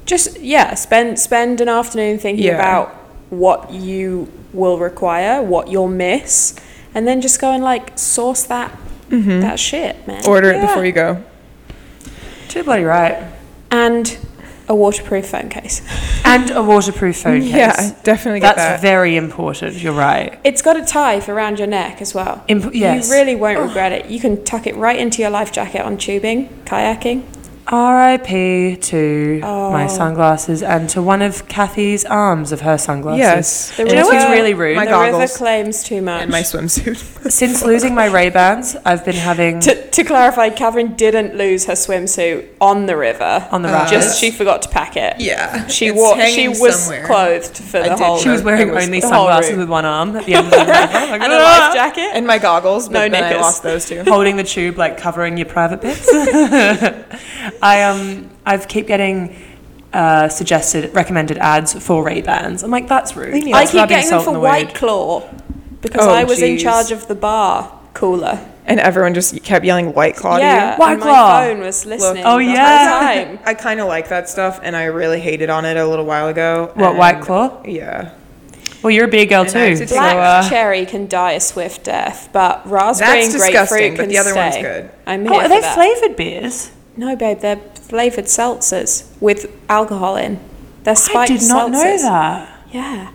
Speaker 4: just yeah spend spend an afternoon thinking
Speaker 3: Yeah.
Speaker 4: about what you will require, what you'll miss, and then just go and like source that
Speaker 5: Mm-hmm.
Speaker 4: that shit, man.
Speaker 3: Order it before you go.
Speaker 5: Too bloody right.
Speaker 4: and a waterproof phone case.
Speaker 5: And a waterproof phone case.
Speaker 3: Yeah, definitely get
Speaker 5: that's
Speaker 3: that.
Speaker 5: very important. You're right.
Speaker 4: It's got a tie around your neck as well.
Speaker 5: Imp- yes.
Speaker 4: You really won't regret it. You can tuck it right into your life jacket on tubing, kayaking.
Speaker 5: R.I.P. to
Speaker 4: Oh.
Speaker 5: my sunglasses and to one of Kathy's arms of her sunglasses.
Speaker 3: Yes.
Speaker 5: Do you know what's really rude?
Speaker 3: My
Speaker 4: the
Speaker 3: goggles.
Speaker 4: river claims too much.
Speaker 3: And my swimsuit.
Speaker 5: Since losing my Ray Bans, I've been having.
Speaker 4: to, to clarify, Catherine didn't lose her swimsuit on the river.
Speaker 5: On the
Speaker 4: Just
Speaker 5: rapids.
Speaker 4: she forgot to pack it.
Speaker 3: Uh, Yeah,
Speaker 4: She
Speaker 3: it's
Speaker 4: wore. She
Speaker 3: hanging
Speaker 4: was
Speaker 3: somewhere.
Speaker 4: clothed for
Speaker 3: I
Speaker 4: the
Speaker 3: did
Speaker 4: whole.
Speaker 5: she was wearing
Speaker 3: It was
Speaker 5: only
Speaker 4: the whole
Speaker 5: sunglasses
Speaker 4: room.
Speaker 5: with one arm at the end of the river. Like,
Speaker 4: and a
Speaker 5: "Ah!"
Speaker 4: life jacket.
Speaker 3: and my goggles, but
Speaker 4: No
Speaker 3: then I
Speaker 4: knickers.
Speaker 3: lost those too.
Speaker 5: holding the tube like covering your private bits. I um I've keep getting uh, suggested recommended ads for Ray Bans. I'm like that's rude.
Speaker 3: Really?
Speaker 4: I
Speaker 5: That's
Speaker 4: keep
Speaker 5: rubbing
Speaker 4: getting them
Speaker 5: salt in
Speaker 4: for
Speaker 5: the
Speaker 4: White
Speaker 5: wound.
Speaker 4: Claw because
Speaker 3: Oh,
Speaker 4: I was in
Speaker 3: jeez.
Speaker 4: charge of the bar cooler.
Speaker 3: And everyone just kept yelling White Claw to
Speaker 4: yeah,
Speaker 3: you.
Speaker 5: White
Speaker 4: and
Speaker 5: Claw.
Speaker 4: My phone was listening.
Speaker 5: Oh,
Speaker 4: the whole
Speaker 5: yeah.
Speaker 4: time.
Speaker 3: I kind of like that stuff, and I really hated on it a little while ago.
Speaker 5: What,
Speaker 3: and-
Speaker 5: White Claw?
Speaker 3: Yeah.
Speaker 5: Well, you're a beer girl
Speaker 3: And I
Speaker 5: too.
Speaker 3: have to
Speaker 5: So,
Speaker 3: take-
Speaker 4: Black
Speaker 5: uh,
Speaker 4: cherry can die a swift death, but raspberry
Speaker 3: That's
Speaker 4: and grapefruit
Speaker 3: disgusting,
Speaker 4: can
Speaker 3: but the other one's
Speaker 4: stay.
Speaker 3: good.
Speaker 4: I'm here
Speaker 5: oh,
Speaker 4: for
Speaker 5: are they
Speaker 4: that.
Speaker 5: flavored beers?
Speaker 4: No, babe, they're flavored seltzers with alcohol in. They're
Speaker 5: I
Speaker 4: spiked
Speaker 5: did not know
Speaker 4: seltzers.
Speaker 5: that.
Speaker 4: Yeah,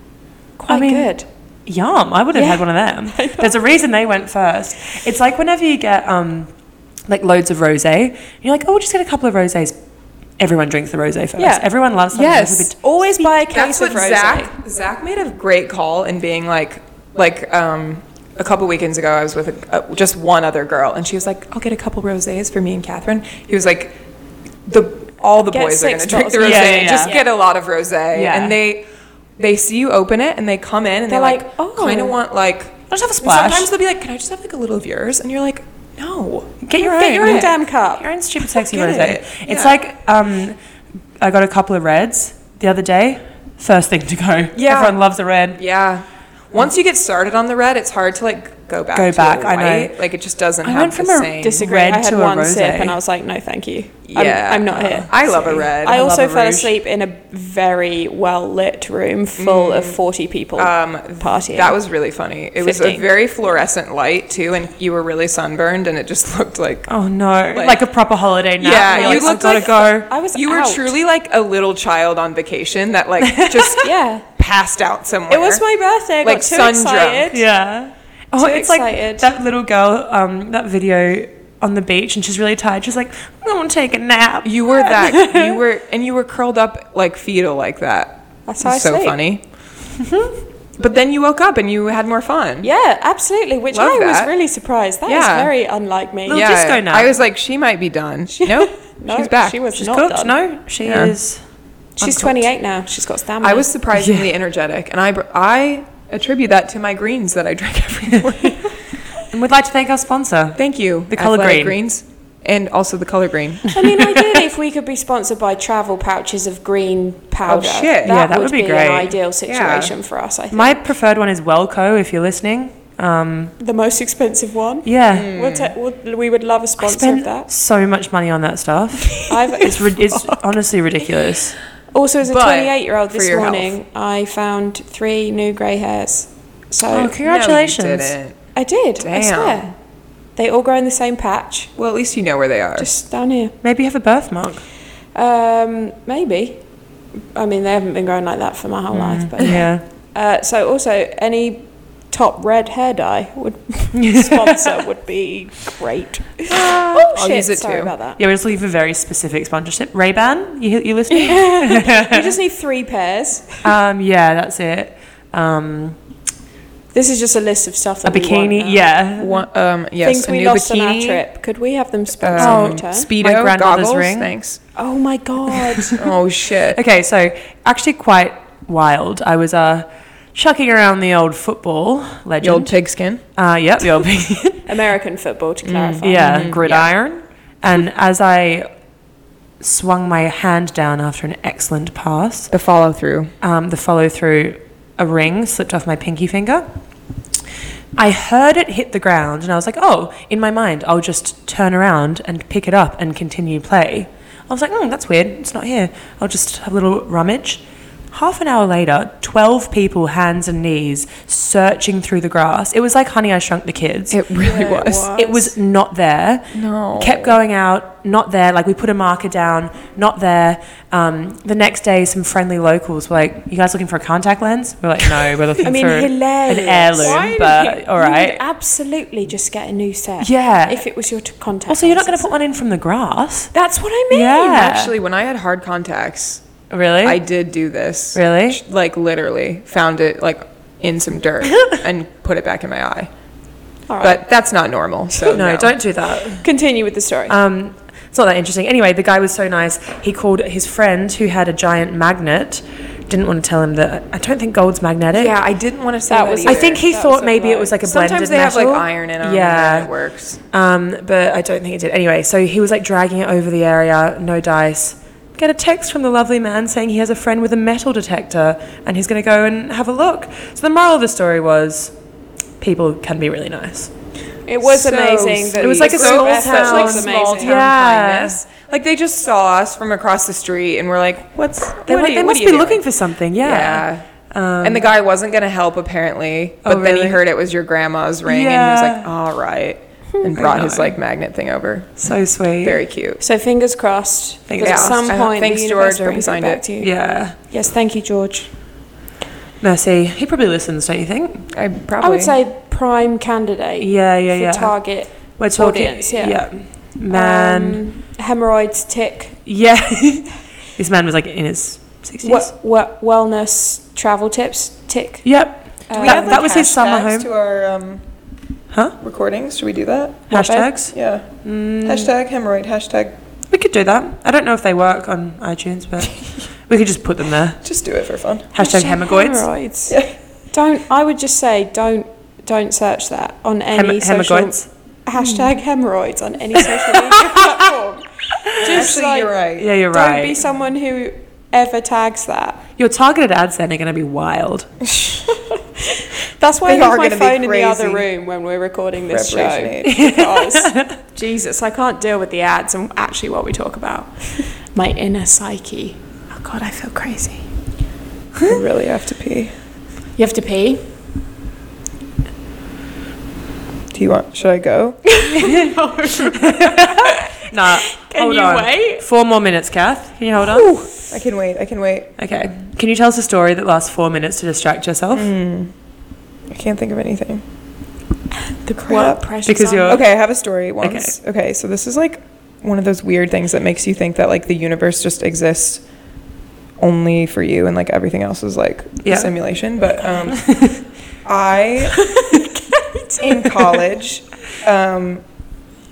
Speaker 4: quite
Speaker 5: mean-
Speaker 4: good.
Speaker 5: Yum! I would have
Speaker 4: Yeah.
Speaker 5: had one of them. There's a reason they went first. It's like whenever you get um like loads of rosé, you're like, oh, we'll just get a couple of rosés. Everyone drinks the rosé first.
Speaker 4: Yeah.
Speaker 5: Everyone loves something that's a
Speaker 3: Yes.
Speaker 5: bit
Speaker 4: Always buy a case
Speaker 3: That's what
Speaker 4: of rosé.
Speaker 3: Zach. Zach made a great call in being like, like um, a couple weekends ago, I was with a, uh, just one other girl, and she was like, "I'll get a couple rosés for me and Catherine." He was like, "The all the
Speaker 4: Get
Speaker 3: boys are going
Speaker 4: six
Speaker 3: to drink the
Speaker 4: bottles.
Speaker 3: rosé.
Speaker 5: Yeah, yeah, yeah.
Speaker 3: Just get a lot of rosé."
Speaker 5: Yeah.
Speaker 3: And they they see you open it, and they come in, and they're,
Speaker 4: like,
Speaker 3: like,
Speaker 4: "Oh."
Speaker 3: kind of want like."
Speaker 5: just have a
Speaker 3: and
Speaker 5: splash.
Speaker 3: Sometimes they'll be like, "Can I just have like a little of yours?" And you're like, "No."
Speaker 5: Get your own.
Speaker 4: Get your own
Speaker 5: Yeah.
Speaker 4: damn cup.
Speaker 5: Your own stupid sexy
Speaker 3: Get
Speaker 5: rose.
Speaker 3: it.
Speaker 5: It's
Speaker 3: Yeah.
Speaker 5: like um, I got a couple of reds the other day. First thing to go.
Speaker 3: Yeah.
Speaker 5: Everyone loves a red.
Speaker 3: Yeah. Once you get started on the red, it's hard to like go back.
Speaker 5: Go
Speaker 3: to
Speaker 5: back,
Speaker 3: the
Speaker 5: I know.
Speaker 3: white. Like it just doesn't.
Speaker 5: I
Speaker 3: have
Speaker 5: went from
Speaker 3: the
Speaker 5: a
Speaker 3: same.
Speaker 4: Disagree.
Speaker 5: Red
Speaker 4: I had
Speaker 5: to a
Speaker 4: one
Speaker 5: rosé.
Speaker 4: sip and I was like, no, thank you. I'm-
Speaker 3: Yeah.
Speaker 4: I'm, not here.
Speaker 3: I love a red.
Speaker 4: I
Speaker 3: I
Speaker 4: also
Speaker 5: love a
Speaker 4: fell
Speaker 5: rouge.
Speaker 4: asleep in a very well lit room full of 40 people um, partying.
Speaker 3: That was really funny. It was a
Speaker 4: 15.
Speaker 3: very fluorescent light too, and you were really sunburned, and it just looked like.
Speaker 5: Oh no! Like, a proper holiday nap.
Speaker 3: Yeah,
Speaker 5: You're
Speaker 3: you
Speaker 5: like,
Speaker 3: looked
Speaker 5: I
Speaker 3: like
Speaker 5: gotta go.
Speaker 4: I was
Speaker 3: you were
Speaker 4: out.
Speaker 3: truly like a little child on vacation that like just
Speaker 4: Yeah.
Speaker 3: passed out somewhere.
Speaker 4: It was my birthday. I
Speaker 3: Like
Speaker 4: got too
Speaker 3: sun
Speaker 4: excited.
Speaker 5: Yeah. Oh,
Speaker 4: Too
Speaker 5: it's like
Speaker 4: excited.
Speaker 5: that little girl. Um, that video on the beach, and she's really tired. She's like, I want to take a nap.
Speaker 3: You were that. You were, and you were curled up like fetal like that.
Speaker 4: That's how I
Speaker 3: so
Speaker 4: sleep.
Speaker 3: funny. but then you woke up and you had more fun.
Speaker 4: Yeah, absolutely. Which
Speaker 3: Love
Speaker 4: I was
Speaker 3: that.
Speaker 4: really surprised. That is
Speaker 3: Yeah.
Speaker 4: very unlike me.
Speaker 5: Little disco nap.
Speaker 3: I was like, she might be done. nope,
Speaker 4: No,
Speaker 3: she's back.
Speaker 4: She was
Speaker 5: She's
Speaker 4: not
Speaker 5: cooked.
Speaker 4: done.
Speaker 5: No, she
Speaker 3: Yeah.
Speaker 5: is.
Speaker 4: She's
Speaker 5: uncooked.
Speaker 4: 28 now. She's got stamina.
Speaker 3: I was surprisingly energetic, and I br- I attribute that to my greens that I drink every morning.
Speaker 5: And we'd like to thank our sponsor.
Speaker 3: Thank you,
Speaker 5: The color
Speaker 3: Athletic
Speaker 5: green.
Speaker 3: greens, and also the color green.
Speaker 4: I mean, ideally, if we could be sponsored by travel pouches of green powder,
Speaker 3: shit.
Speaker 4: That,
Speaker 5: Yeah, that
Speaker 4: would,
Speaker 5: would
Speaker 4: be,
Speaker 5: be
Speaker 4: an
Speaker 5: great.
Speaker 4: ideal situation for us. I think
Speaker 5: My preferred one is Welco. If you're listening, um,
Speaker 4: the most expensive one.
Speaker 5: yeah.
Speaker 3: Hmm.
Speaker 4: We'll ta- we'll, we would love a
Speaker 5: I
Speaker 4: Mm. sponsor of
Speaker 5: spent
Speaker 4: that.
Speaker 5: so much money on that stuff.
Speaker 4: I've,
Speaker 5: It's, rid- it's honestly ridiculous.
Speaker 4: also, as a
Speaker 3: But
Speaker 4: 28 year old
Speaker 3: for
Speaker 4: this
Speaker 3: your health.
Speaker 4: morning, I found three new grey hairs. So
Speaker 5: Oh, congratulations.
Speaker 3: No, you didn't.
Speaker 4: I did. I
Speaker 3: Damn.
Speaker 4: swear. They all grow in the same patch,
Speaker 3: Well, at least you know where they are.
Speaker 4: just down here.
Speaker 5: Maybe you have a birthmark.
Speaker 4: Um, maybe. I mean, they haven't been growing like that for my whole
Speaker 3: Hmm.
Speaker 4: life, but
Speaker 5: Yeah.
Speaker 4: Uh, so also any top red hair dye would sponsor would be great. oh
Speaker 3: Ah, I'll
Speaker 4: shit!
Speaker 3: use it
Speaker 4: sorry
Speaker 3: too.
Speaker 4: about that.
Speaker 5: Yeah, we're just looking for very specific sponsorship. Ray Ban, you, you listening?
Speaker 4: You just need three pairs.
Speaker 5: um, yeah, that's it. Um,
Speaker 4: This is just a list of stuff
Speaker 5: a
Speaker 4: that we want now.
Speaker 5: bikini, yeah.
Speaker 3: One, um, yes,
Speaker 4: uh, Things
Speaker 3: a
Speaker 4: we
Speaker 3: new
Speaker 4: lost
Speaker 3: bikini.
Speaker 4: on our trip. Oh. Could we have them sponsored? in
Speaker 3: Um,
Speaker 4: return?
Speaker 3: speedo
Speaker 5: Oh. My grandmother's
Speaker 3: goggles.
Speaker 5: ring.
Speaker 3: Thanks.
Speaker 4: oh my god!
Speaker 3: Oh shit.
Speaker 5: Okay, so actually quite wild. I was uh, chucking around the old football legend.
Speaker 3: The old pigskin.
Speaker 5: uh, yep, the old Mm-hmm. pig.
Speaker 4: American football to clarify.
Speaker 5: Mm, Yeah, gridiron. And as I swung my hand down after an excellent pass,
Speaker 3: The follow through.
Speaker 5: um, the follow through, a ring slipped off my pinky finger. I heard it hit the ground and I was like, oh, in my mind, I'll just turn around and pick it up and continue play. I was like, hmm, that's weird. It's not here. I'll just have a little rummage. Half an hour later, 12 people, hands and knees, searching through the grass. It was like Honey, I Shrunk the Kids.
Speaker 3: It really was.
Speaker 5: It was not there.
Speaker 3: No.
Speaker 5: Kept going out, not there. Like we put a marker down, not there. Um, the next day, some friendly locals were like, "You guys looking for a contact lens?" We're like, "No, we're looking
Speaker 8: I mean,
Speaker 5: for
Speaker 8: hilarious.
Speaker 5: an heirloom."
Speaker 8: Why
Speaker 5: but all
Speaker 4: You would
Speaker 5: right.
Speaker 4: absolutely just get a new set.
Speaker 5: Yeah.
Speaker 4: If it was your t- contact.
Speaker 5: Also, you're not going to
Speaker 4: lenses.
Speaker 5: put one in from the grass,
Speaker 4: That's what I mean.
Speaker 5: Yeah.
Speaker 3: Actually, when I had hard contacts,
Speaker 5: really?
Speaker 3: I did do this.
Speaker 5: Eh? Really?
Speaker 3: Sh- Like literally found it like in some dirt and put it back in my eye. But that's not normal. So
Speaker 5: no, don't do that.
Speaker 4: Continue with the story.
Speaker 5: Um, it's not that interesting. Anyway, the guy was so nice. He called his friend who had a giant magnet. Didn't want to tell him that. I don't think gold's magnetic.
Speaker 3: Yeah, I didn't want to say
Speaker 4: That
Speaker 3: that.
Speaker 4: was-
Speaker 3: either.
Speaker 5: I think he
Speaker 4: That was
Speaker 5: thought
Speaker 4: a
Speaker 5: maybe it
Speaker 4: lie.
Speaker 5: was like a
Speaker 3: sometimes
Speaker 5: blended
Speaker 3: they have like
Speaker 5: metal.
Speaker 3: iron in them.
Speaker 5: Yeah,
Speaker 3: and it works.
Speaker 5: Um, but I don't think it did. Anyway, so he was like dragging it over the area, no dice. Get a text from the lovely man saying he has a friend with a metal detector and he's going to go and have a look. So the moral of the story was people can be really nice.
Speaker 4: it was
Speaker 3: so
Speaker 4: amazing. That
Speaker 5: It was
Speaker 4: the
Speaker 5: like a
Speaker 4: group
Speaker 5: small
Speaker 4: effort
Speaker 5: town.
Speaker 3: like
Speaker 4: was
Speaker 3: small town
Speaker 4: amazing.
Speaker 5: Yeah.
Speaker 3: kindness. Like they just saw us from across the street and were like, "What's
Speaker 5: They,
Speaker 3: what
Speaker 5: like,
Speaker 3: are
Speaker 5: they
Speaker 3: you- what
Speaker 5: must
Speaker 3: are
Speaker 5: be
Speaker 3: you doing?"
Speaker 5: looking for something, yeah. Um,
Speaker 3: Yeah. and the guy wasn't gonna help apparently, but then he
Speaker 5: Oh, really?
Speaker 3: heard it was your grandma's ring, and he was like, "All right,"
Speaker 5: Hmm.
Speaker 3: and brought his like magnet thing over.
Speaker 5: So sweet.
Speaker 3: Very cute.
Speaker 4: So fingers crossed.
Speaker 5: Fingers
Speaker 4: that
Speaker 3: crossed.
Speaker 4: At some
Speaker 3: I hope-
Speaker 4: point,
Speaker 3: thanks,
Speaker 4: the
Speaker 3: George,
Speaker 4: universe
Speaker 3: that we
Speaker 4: brings it
Speaker 3: signed
Speaker 4: back
Speaker 3: it.
Speaker 4: to you.
Speaker 5: Yeah.
Speaker 4: Yes, thank you, George.
Speaker 5: Mercy. He probably listens, don't you think?
Speaker 3: I probably
Speaker 4: I would say prime candidate.
Speaker 5: Yeah, yeah,
Speaker 4: for
Speaker 5: yeah.
Speaker 4: Target
Speaker 5: We're talking.
Speaker 4: audience. Yeah.
Speaker 5: Man.
Speaker 4: Um, hemorrhoids, tick,
Speaker 5: yeah. this man was like in his 60s.
Speaker 4: w- w- wellness, travel tips, tick. Um,
Speaker 5: Yep. that, that was his summer home.
Speaker 3: To our um,
Speaker 5: Huh?
Speaker 3: recordings, should we do that?
Speaker 5: Hashtags.
Speaker 3: Yeah. Hashtag hemorrhoid. Hashtag.
Speaker 5: We could do that. I don't know if they work on iTunes, but we could just put them there.
Speaker 3: Just do it for fun.
Speaker 5: Hashtag
Speaker 4: Hashtag
Speaker 5: hemorrhoids.
Speaker 4: hemorrhoids. Don't. I would just say don't don't search that on any
Speaker 5: Hem-
Speaker 4: social
Speaker 5: hemorrhoids.
Speaker 4: hashtag hemorrhoids on any social media platform. Just
Speaker 3: Actually,
Speaker 4: like,
Speaker 3: you're right.
Speaker 5: Yeah, you're
Speaker 4: don't
Speaker 5: right.
Speaker 4: be someone who ever tags that.
Speaker 5: Your targeted ads then are going to be wild.
Speaker 4: That's why
Speaker 3: They
Speaker 4: I
Speaker 3: are
Speaker 4: leave
Speaker 3: gonna
Speaker 4: my
Speaker 3: be
Speaker 4: phone in the other
Speaker 3: crazy.
Speaker 4: room when we're recording this
Speaker 3: Reparation
Speaker 4: show
Speaker 3: aid.
Speaker 4: because Jesus, I can't deal with the ads and actually what we talk about. My inner psyche. Oh God, I feel crazy.
Speaker 3: I really have to pee.
Speaker 4: You have to pee.
Speaker 3: Do you want? Should I go?
Speaker 5: Nah.
Speaker 4: Can
Speaker 5: hold
Speaker 4: you
Speaker 5: on.
Speaker 4: wait?
Speaker 5: Four more minutes, Kath. Can you hold on?
Speaker 3: I can wait. I can wait.
Speaker 5: Okay. Can you tell us a story that lasts four minutes to distract yourself?
Speaker 3: I can't think of anything.
Speaker 4: The
Speaker 3: crap.
Speaker 4: pressure.
Speaker 5: Because you're
Speaker 3: Okay, I have a story once. Okay. so this is like one of those weird things that makes you think that like the universe just exists only for you and like everything else is like
Speaker 5: Yeah.
Speaker 3: a simulation. But um, I, in college, um,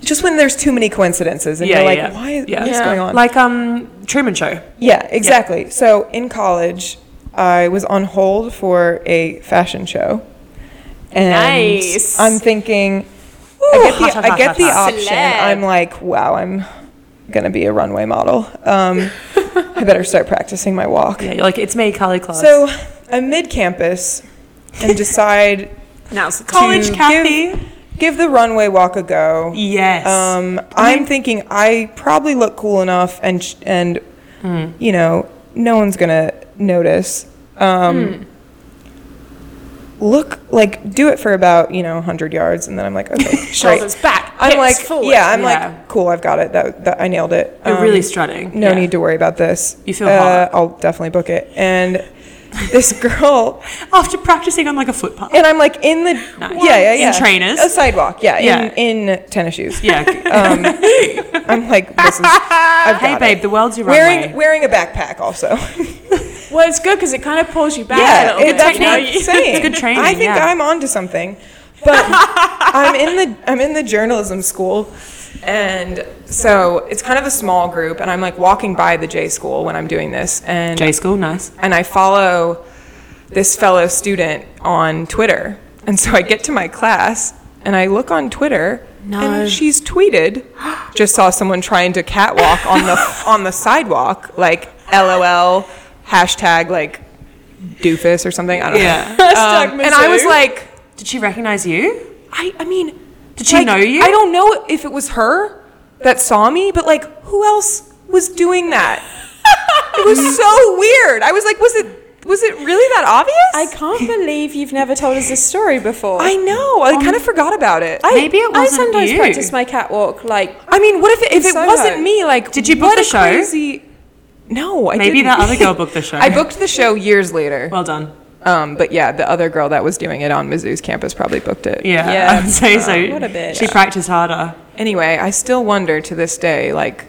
Speaker 3: just when there's too many coincidences and
Speaker 5: Yeah,
Speaker 3: you're
Speaker 5: yeah,
Speaker 3: like,
Speaker 5: yeah.
Speaker 3: why is
Speaker 5: Yeah.
Speaker 3: what's going on?
Speaker 5: like um Truman Show.
Speaker 3: Yeah, exactly. So in college, I was on hold for a fashion show. And
Speaker 4: Nice.
Speaker 3: I'm thinking, I get the,
Speaker 5: hot,
Speaker 3: I
Speaker 5: hot,
Speaker 3: get
Speaker 5: hot,
Speaker 3: the
Speaker 5: hot.
Speaker 3: option. I'm like, wow, I'm going to be a runway model. Um, I better start practicing my walk.
Speaker 5: Yeah, you're like it's me, Carly Claus.
Speaker 3: So I'm mid campus and decide
Speaker 4: Now's the
Speaker 3: College
Speaker 4: college
Speaker 3: to
Speaker 4: Kathy.
Speaker 3: Kathy. give the runway walk a go.
Speaker 5: yes.
Speaker 3: Um, I'm thinking I probably look cool enough, and sh- and
Speaker 5: Hmm.
Speaker 3: you know, no one's gonna notice. Um,
Speaker 5: Hmm.
Speaker 3: Look like do it for about you know 100 yards, and then I'm like, okay,
Speaker 4: Shoulders
Speaker 3: great.
Speaker 4: back.
Speaker 3: I'm
Speaker 4: hips
Speaker 3: like,
Speaker 4: forward.
Speaker 3: yeah, I'm
Speaker 5: Yeah.
Speaker 3: like, cool, I've got it. That, that I nailed it.
Speaker 5: you're
Speaker 3: Um,
Speaker 5: really strutting.
Speaker 3: no
Speaker 5: Yeah.
Speaker 3: need to worry about this. Uh,
Speaker 5: You feel hot.
Speaker 3: I'll definitely book it. And this girl
Speaker 5: After practicing on like a footpath.
Speaker 3: and I'm like in the yeah yeah yeah
Speaker 5: In trainers.
Speaker 3: a sidewalk yeah,
Speaker 5: Yeah.
Speaker 3: in in tennis shoes
Speaker 5: Yeah.
Speaker 3: um, I'm like, this is. I've
Speaker 5: Hey,
Speaker 3: got
Speaker 5: babe,
Speaker 3: it.
Speaker 5: the world's your
Speaker 3: wearing
Speaker 5: runway.
Speaker 3: wearing a backpack also.
Speaker 4: Well, it's good because it kind of pulls you back a
Speaker 3: yeah,
Speaker 4: little
Speaker 3: it,
Speaker 4: bit.
Speaker 3: that's
Speaker 4: you know?
Speaker 3: what I'm saying.
Speaker 5: It's good training,
Speaker 3: I think
Speaker 5: yeah.
Speaker 3: I'm onto something, but I'm in the I'm in the journalism school, and so it's kind of a small group, and I'm like walking by the J school when I'm doing this, and
Speaker 5: J school, nice.
Speaker 3: and I follow this fellow student on Twitter. And so I get to my class and I look on Twitter and she's tweeted, just saw someone trying to catwalk on the on the sidewalk, like LOL, hashtag like doofus or something. I don't know.
Speaker 4: Hashtag
Speaker 3: Um, and I was
Speaker 4: Mizzou.
Speaker 3: like,
Speaker 5: Did she recognize you?
Speaker 3: I I mean
Speaker 5: Did she
Speaker 3: like,
Speaker 5: know you?
Speaker 3: I don't know if it was her that saw me, but like who else was doing that? it was so weird. I was like, was it Was it really that obvious?
Speaker 4: I can't believe you've never told us this story before.
Speaker 3: I know. I kind of forgot about it. I,
Speaker 4: I-
Speaker 5: Um, Maybe it
Speaker 4: I
Speaker 5: wasn't
Speaker 4: sometimes
Speaker 5: you.
Speaker 4: practice my catwalk like
Speaker 3: mean, what if it, if it
Speaker 4: Soho.
Speaker 3: wasn't me? Like,
Speaker 5: Did you book
Speaker 3: what
Speaker 5: the
Speaker 3: a
Speaker 5: show?
Speaker 3: Crazy... No, I
Speaker 5: Maybe
Speaker 3: didn't.
Speaker 5: that other girl booked the show.
Speaker 3: I booked the show years later.
Speaker 5: Well done.
Speaker 3: Um, but yeah, the other girl that was doing it on Mizzou's campus probably booked it.
Speaker 5: Yeah,
Speaker 4: Yeah.
Speaker 5: I would say so.
Speaker 4: What a bitch.
Speaker 5: She practiced harder.
Speaker 3: Anyway, I still wonder to this day, like,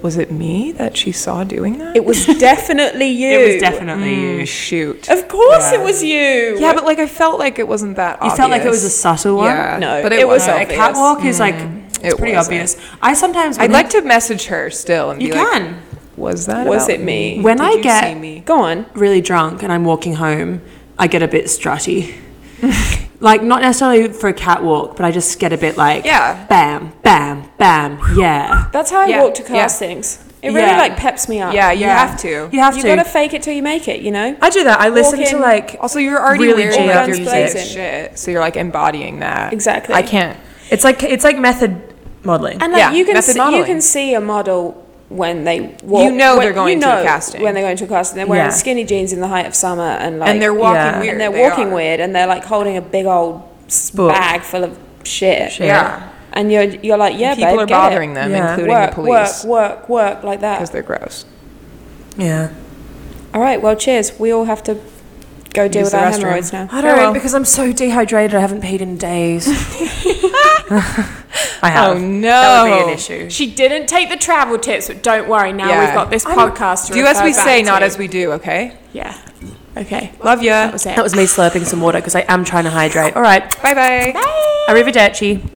Speaker 3: was it me that she saw doing that?
Speaker 4: it was definitely you.
Speaker 5: It was definitely you.
Speaker 3: Mm, shoot.
Speaker 4: Of course, it was you.
Speaker 3: Yeah, but like I felt like it wasn't that.
Speaker 5: You felt like it was a subtle one.
Speaker 3: Yeah,
Speaker 4: No,
Speaker 3: but
Speaker 4: it was
Speaker 5: So
Speaker 3: wasn't.
Speaker 5: a
Speaker 4: obvious.
Speaker 5: catwalk is like it's
Speaker 3: It
Speaker 5: pretty
Speaker 3: wasn't.
Speaker 5: obvious. I sometimes
Speaker 3: I'd
Speaker 5: when-
Speaker 3: like to message her still and
Speaker 5: you
Speaker 3: be like,
Speaker 5: can
Speaker 3: was that?
Speaker 4: Was
Speaker 3: about
Speaker 4: it me?
Speaker 5: when
Speaker 3: Did
Speaker 5: I
Speaker 3: you
Speaker 5: get
Speaker 3: see me?
Speaker 4: go on.
Speaker 5: really drunk and I'm walking home, I get a bit strutty. like not necessarily for a catwalk, but I just get a bit like
Speaker 3: Yeah.
Speaker 5: bam, bam, bam, yeah.
Speaker 4: That's how I
Speaker 3: Yeah,
Speaker 4: walk to
Speaker 3: yeah.
Speaker 4: castings. It really
Speaker 5: Yeah.
Speaker 4: like peps me up.
Speaker 3: Yeah, you
Speaker 5: Yeah.
Speaker 3: have to.
Speaker 5: You have
Speaker 4: you
Speaker 5: to.
Speaker 4: gotta fake it till you make it. You know.
Speaker 5: I do that. I listen
Speaker 4: Walk
Speaker 5: to
Speaker 4: in.
Speaker 5: like
Speaker 3: Also, you're already
Speaker 5: Really
Speaker 3: wearing
Speaker 5: jammed
Speaker 3: out
Speaker 5: your
Speaker 3: your
Speaker 4: music.
Speaker 3: shit, so you're like embodying that.
Speaker 4: Exactly.
Speaker 3: I can't.
Speaker 5: it's like it's like method modeling.
Speaker 4: And like
Speaker 3: Yeah,
Speaker 4: you can
Speaker 3: method
Speaker 4: see, you
Speaker 3: modeling.
Speaker 4: can see a model when they walk.
Speaker 3: You know
Speaker 4: when-
Speaker 3: they're going
Speaker 4: you
Speaker 3: to a
Speaker 4: know
Speaker 3: casting.
Speaker 4: When they're going to a casting, they're wearing
Speaker 5: Yeah.
Speaker 4: skinny jeans in the height of summer, and like
Speaker 3: And they're walking
Speaker 5: Yeah.
Speaker 3: weird.
Speaker 4: and they're
Speaker 3: They
Speaker 4: walking
Speaker 3: are.
Speaker 4: weird, and they're like holding a big old s-
Speaker 5: Book.
Speaker 4: bag full of shit.
Speaker 3: Yeah.
Speaker 4: And you're you're like, yeah,
Speaker 3: People
Speaker 4: babe,
Speaker 3: are
Speaker 4: get it.
Speaker 3: bothering them,
Speaker 5: Yeah.
Speaker 3: including
Speaker 4: Work,
Speaker 3: the police,
Speaker 4: work, work, work, like
Speaker 3: because
Speaker 4: that.
Speaker 3: they're gross.
Speaker 5: yeah.
Speaker 4: All right, well, cheers. We all have to go deal
Speaker 3: Use
Speaker 4: with
Speaker 3: the
Speaker 4: our
Speaker 3: restroom.
Speaker 4: hemorrhoids now.
Speaker 5: I
Speaker 3: don't
Speaker 5: don't
Speaker 3: know,
Speaker 5: know because I'm so dehydrated. I haven't peed in days. I have.
Speaker 3: Oh no,
Speaker 5: That would be an issue.
Speaker 6: She didn't take the travel tips, but don't worry. Now
Speaker 3: Yeah.
Speaker 6: we've got this
Speaker 3: I'm-
Speaker 6: podcast to
Speaker 3: Do as
Speaker 6: refer
Speaker 3: we
Speaker 6: back
Speaker 3: say,
Speaker 6: to.
Speaker 3: not as we do. Okay.
Speaker 6: Yeah. Okay.
Speaker 3: Love ya.
Speaker 6: That was it.
Speaker 5: That was me slurping some water because I am trying to hydrate. All right.
Speaker 3: Bye bye.
Speaker 5: Arrivederci.